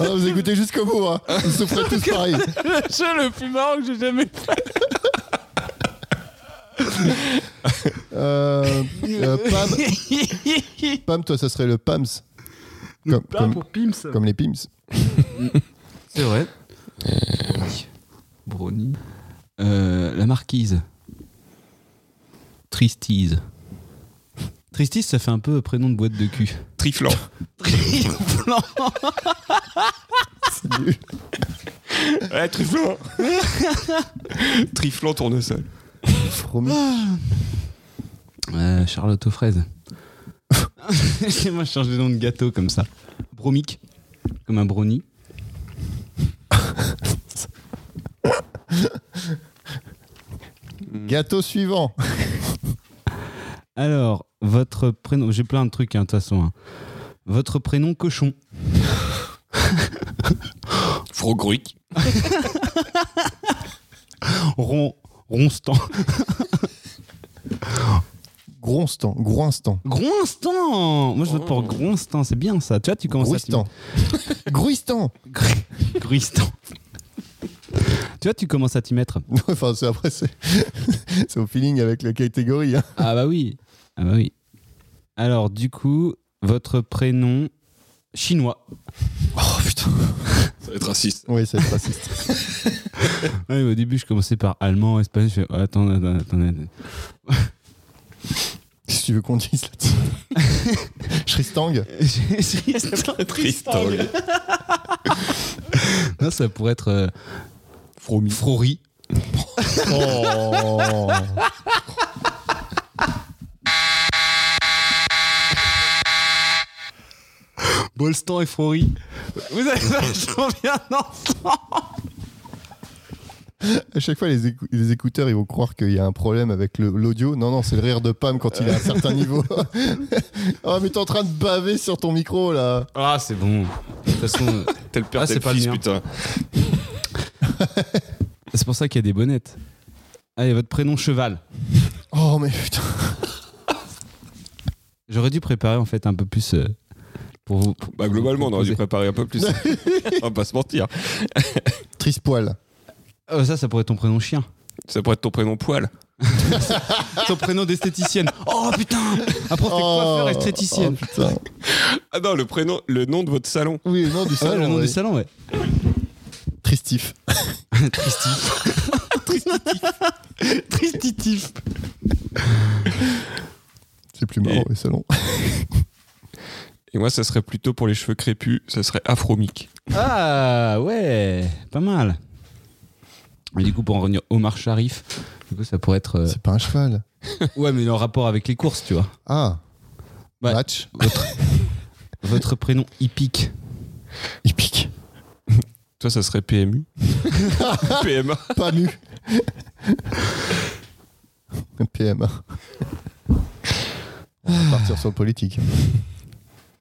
Ah, Vous écoutez jusqu'au bout. Hein vous souffrez tous pareil. Le jeu le plus marrant que j'ai jamais fait. Euh, euh, Pam, Pam, toi, ça serait le Pams. Comme, comme- Pimps. comme les Pims. C'est vrai. Brony. Euh, la marquise. Tristise. Tristise, ça fait un peu prénom de boîte de cul. Triflan. Triflant. C'est nul. Ouais, Triflan. Triflan tournesol. Promis. Euh, Charlotte aux fraises. Moi, je change de nom de gâteau comme ça. Bromique. Comme un brownie. Gâteau suivant. Alors, votre prénom. J'ai plein de trucs, hein, de toute façon. hein. Votre prénom cochon. Frogruic. Ron, ronstant. Gronstan, Groinstan, Gronstant Moi, je vote pour Gronstant, c'est bien ça. Tu vois, tu commences Grouistan. Grouistan à t'y mettre. Gristan. Tu vois, tu commences à t'y mettre. Enfin, c'est après, c'est c'est au feeling avec la catégorie. hein. Ah bah oui. Ah bah oui. Alors, du coup, votre prénom chinois. Oh putain. Ça va être raciste. Oui, c'est raciste. Ouais, au début, je commençais par allemand, espagnol. Je fais, oh, attends, attends, attends, attends. Si tu veux qu'on dise là-dessus. Shristang Tristan. Non, ça pourrait être euh, Fromi. Frori. Oh. Bolstan et Frori. Vous avez vachement bien ensemble. À chaque fois, les, écou- les écouteurs, ils vont croire qu'il y a un problème avec le- l'audio. Non, non, c'est le rire de Pam quand il est à un certain niveau. oh, mais t'es en train de baver sur ton micro, là. Ah, c'est bon. De toute façon, euh, Tel père, Ah, c'est tel pas fils, bien. putain. c'est pour ça qu'il y a des bonnettes. Allez, votre prénom cheval. Oh, mais putain. J'aurais dû préparer en fait un peu plus euh, pour vous. pour- Bah, globalement, on aurait dû préparer proposer. un peu plus. on va pas se mentir. Trispoil. Oh, ça, ça pourrait être ton prénom chien. Ça pourrait être ton prénom poil. Ton prénom d'esthéticienne. Oh putain Après, c'est Oh. coiffeur esthéticienne. Oh, putain. Ah non, le prénom, le nom de votre salon. Oui, le nom du Ah ouais, salon. le nom ouais. du salon, ouais. Tristif. Tristif. Tristitif. Tristitif. C'est plus marrant, Et- le salon. Et moi, ça serait plutôt pour les cheveux crépus, ça serait Afromic. Ah ouais, pas mal. Mais du coup, pour en revenir Omar Sharif, du coup, ça pourrait être. euh, C'est pas un cheval. Ouais, mais en rapport avec les courses, tu vois. Ah. Ouais. Match. Votre, votre prénom hippique. Il pique. Toi, ça serait PMU. PMA. Pas nu. PMA. On va partir sur le politique.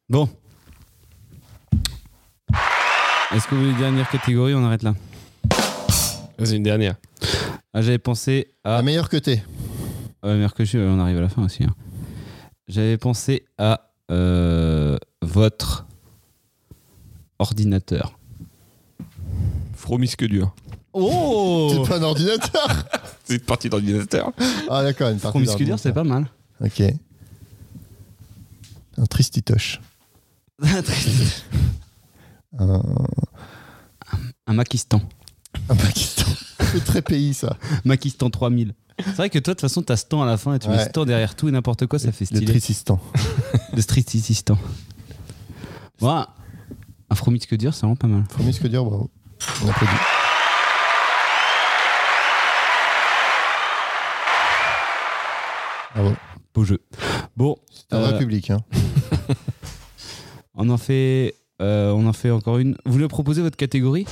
Bon. Est-ce que vous voulez une dernière catégorie On arrête là. Vas-y, une dernière. Ah, j'avais pensé à. La meilleure que t'es. Ah ouais, Mercredi, ouais, on arrive à la fin aussi. hein. J'avais pensé à euh, votre ordinateur. Fromisque dur. Oh C'est pas un ordinateur. C'est une partie d'ordinateur. Ah, d'accord, une partie Promisculaire, c'est d'ordinateur. pas mal. Ok. Un tristitoche. Un, Un Makistan. un Pakistan. C'est très pays, ça. Makistan 3000. C'est vrai que toi, de toute façon, t'as Stan à la fin et tu mets Ouais. Stan derrière tout et n'importe quoi, ça fait Le stylé. Trisistan. Le street assistant. Ouais. Un fromage que dire, c'est vraiment pas mal. Promis que dire, bravo. On applaudit. Bravo. Beau jeu. Bon, C'est un vrai Euh, public. Hein. on en fait, euh, on en fait encore une. Vous voulez proposer votre catégorie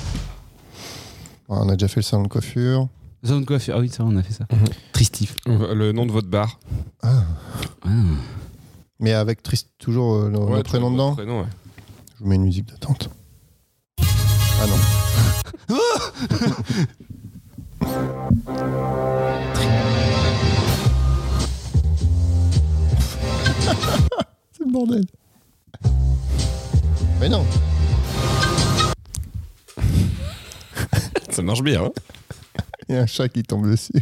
On a déjà fait le salon de coiffure. Zone coiffure. Ah oui, ça, on a fait ça. Tristif. Le nom de votre bar. Mais avec triste, toujours euh, le, le Ouais, prénom votre dedans. prénom, ouais. Je vous mets une musique d'attente. Ah non. C'est le bordel. Mais non. Ça marche bien. Hein Il y a un chat qui tombe dessus.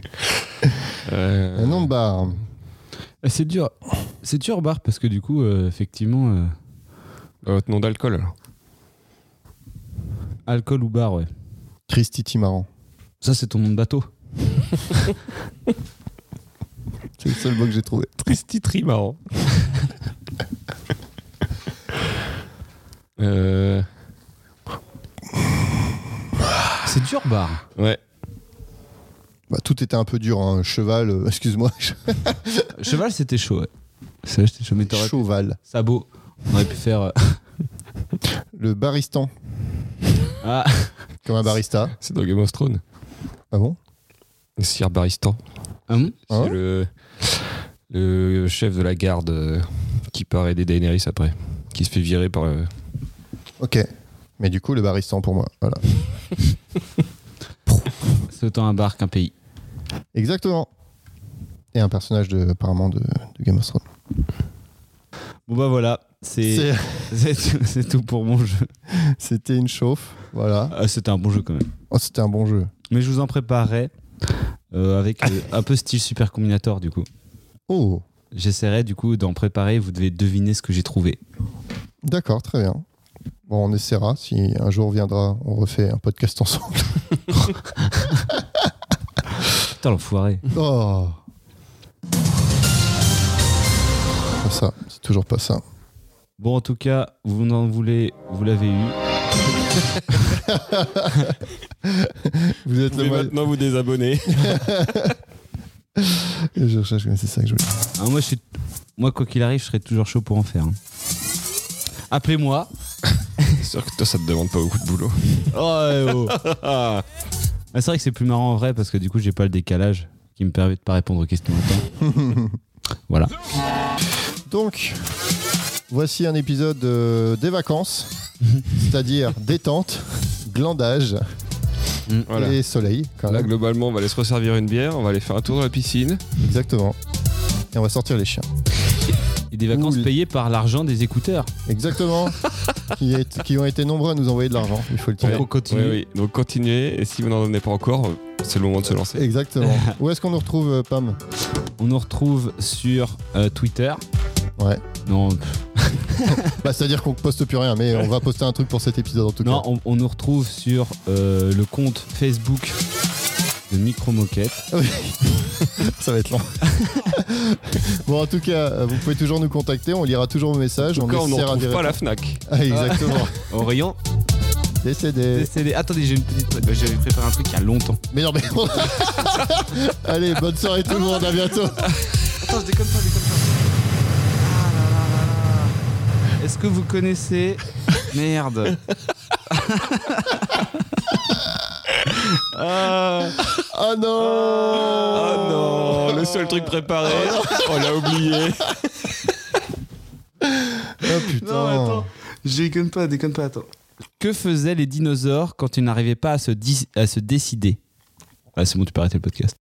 Euh, Un nom de bar. Eh, C'est dur. C'est dur, Bar, parce que du coup, euh, effectivement, euh, Votre nom d'alcool, alors. alcool ou bar, ouais. Tristiti marrant. Ça, c'est ton nom de bateau. C'est le seul mot que j'ai trouvé. Tristitri marrant. euh, C'est dur, Bar. ouais. Bah, tout était un peu dur. Hein. Cheval, euh, excuse-moi. Cheval, c'était chaud, ouais. Ça, c'était chaud, mais t'aurais- Cheval. Sabot. On aurait pu faire. euh, Le baristan. Ah, Comme un barista. C'est dans Game of Thrones. Ah bon Le Sir Baristan. ah bon Hein c'est le, le chef de la garde euh, qui part aider Daenerys après. Qui se fait virer par. euh, Ok. Mais du coup, le baristan pour moi. Voilà. C'est autant un bar qu'un pays. Exactement. Et un personnage de, apparemment de, de Game of Thrones. Bon bah voilà, c'est C'est- c'est tout, c'est tout pour mon jeu. C'était une chauffe, voilà. Ah, C'était un bon jeu quand même. Oh, c'était un bon jeu. Mais je vous en préparerai euh, avec euh, un peu style super combinator du coup. Oh, J'essaierai du coup d'en préparer, vous devez deviner ce que j'ai trouvé. d'accord, très bien. Bon, on essaiera. Si un jour viendra, on refait un podcast ensemble. Putain l'enfoiré. Oh. Pas ça, c'est toujours pas ça. Bon en tout cas, vous n'en voulez, vous l'avez eu. Vous êtes Vous le pouvez mal. maintenant vous désabonner. Je recherche, mais c'est ça que je voulais. Ah, moi, je suis... moi quoi qu'il arrive, je serai toujours chaud pour en faire. hein. Appelez-moi. C'est sûr que toi, ça te demande pas beaucoup de boulot. Oh, eh oh. Ah, Ah, c'est vrai que c'est plus marrant en vrai parce que du coup j'ai pas le décalage qui me permet de pas répondre aux questions à temps. voilà. Donc, voici un épisode euh, des vacances, c'est-à-dire détente, glandage voilà. Mm. et euh, soleil. Quand Là, même. globalement, on va aller se resservir une bière, on va aller faire un tour dans la piscine. Exactement. Et on va sortir les chiens. Et des vacances Ouh. payées par l'argent des écouteurs. Exactement. qui, est- qui ont été nombreux à nous envoyer de l'argent, il faut le dire. Pour continuer. Oui, oui. Donc continuez, et si vous n'en donnez pas encore, c'est le moment de Euh, se lancer. Exactement. Où est-ce qu'on nous retrouve, euh, Pam On nous retrouve sur euh, Twitter. Ouais. Non, pff, Bah, c'est-à-dire qu'on poste plus rien, mais on va poster un truc pour cet épisode en tout non cas. on, on nous retrouve sur euh, le compte Facebook de Micro Moquette. Oui. Ça va être long. bon, en tout cas, euh, vous pouvez toujours nous contacter, on lira toujours vos messages, Encore, on n'en essaiera d'y trouve pas à la répondre. Fnac. Ah, exactement. Au rayon Décédé. CD. Attendez, j'ai une petite. J'avais préparé un truc il y a longtemps. Mais non, mais on- Allez, bonne soirée tout le monde, à bientôt. Attends, je déconne pas, je déconne pas. Ah là là là là. Est-ce que vous connaissez Merde. Ah. Oh non Ah non, le seul truc préparé, on l'a oublié. Oh putain Non, attends. Je déconne pas, déconne pas, attends. Que faisaient les dinosaures quand ils n'arrivaient pas à se, dis- à se décider Ah, c'est bon, tu peux arrêter le podcast.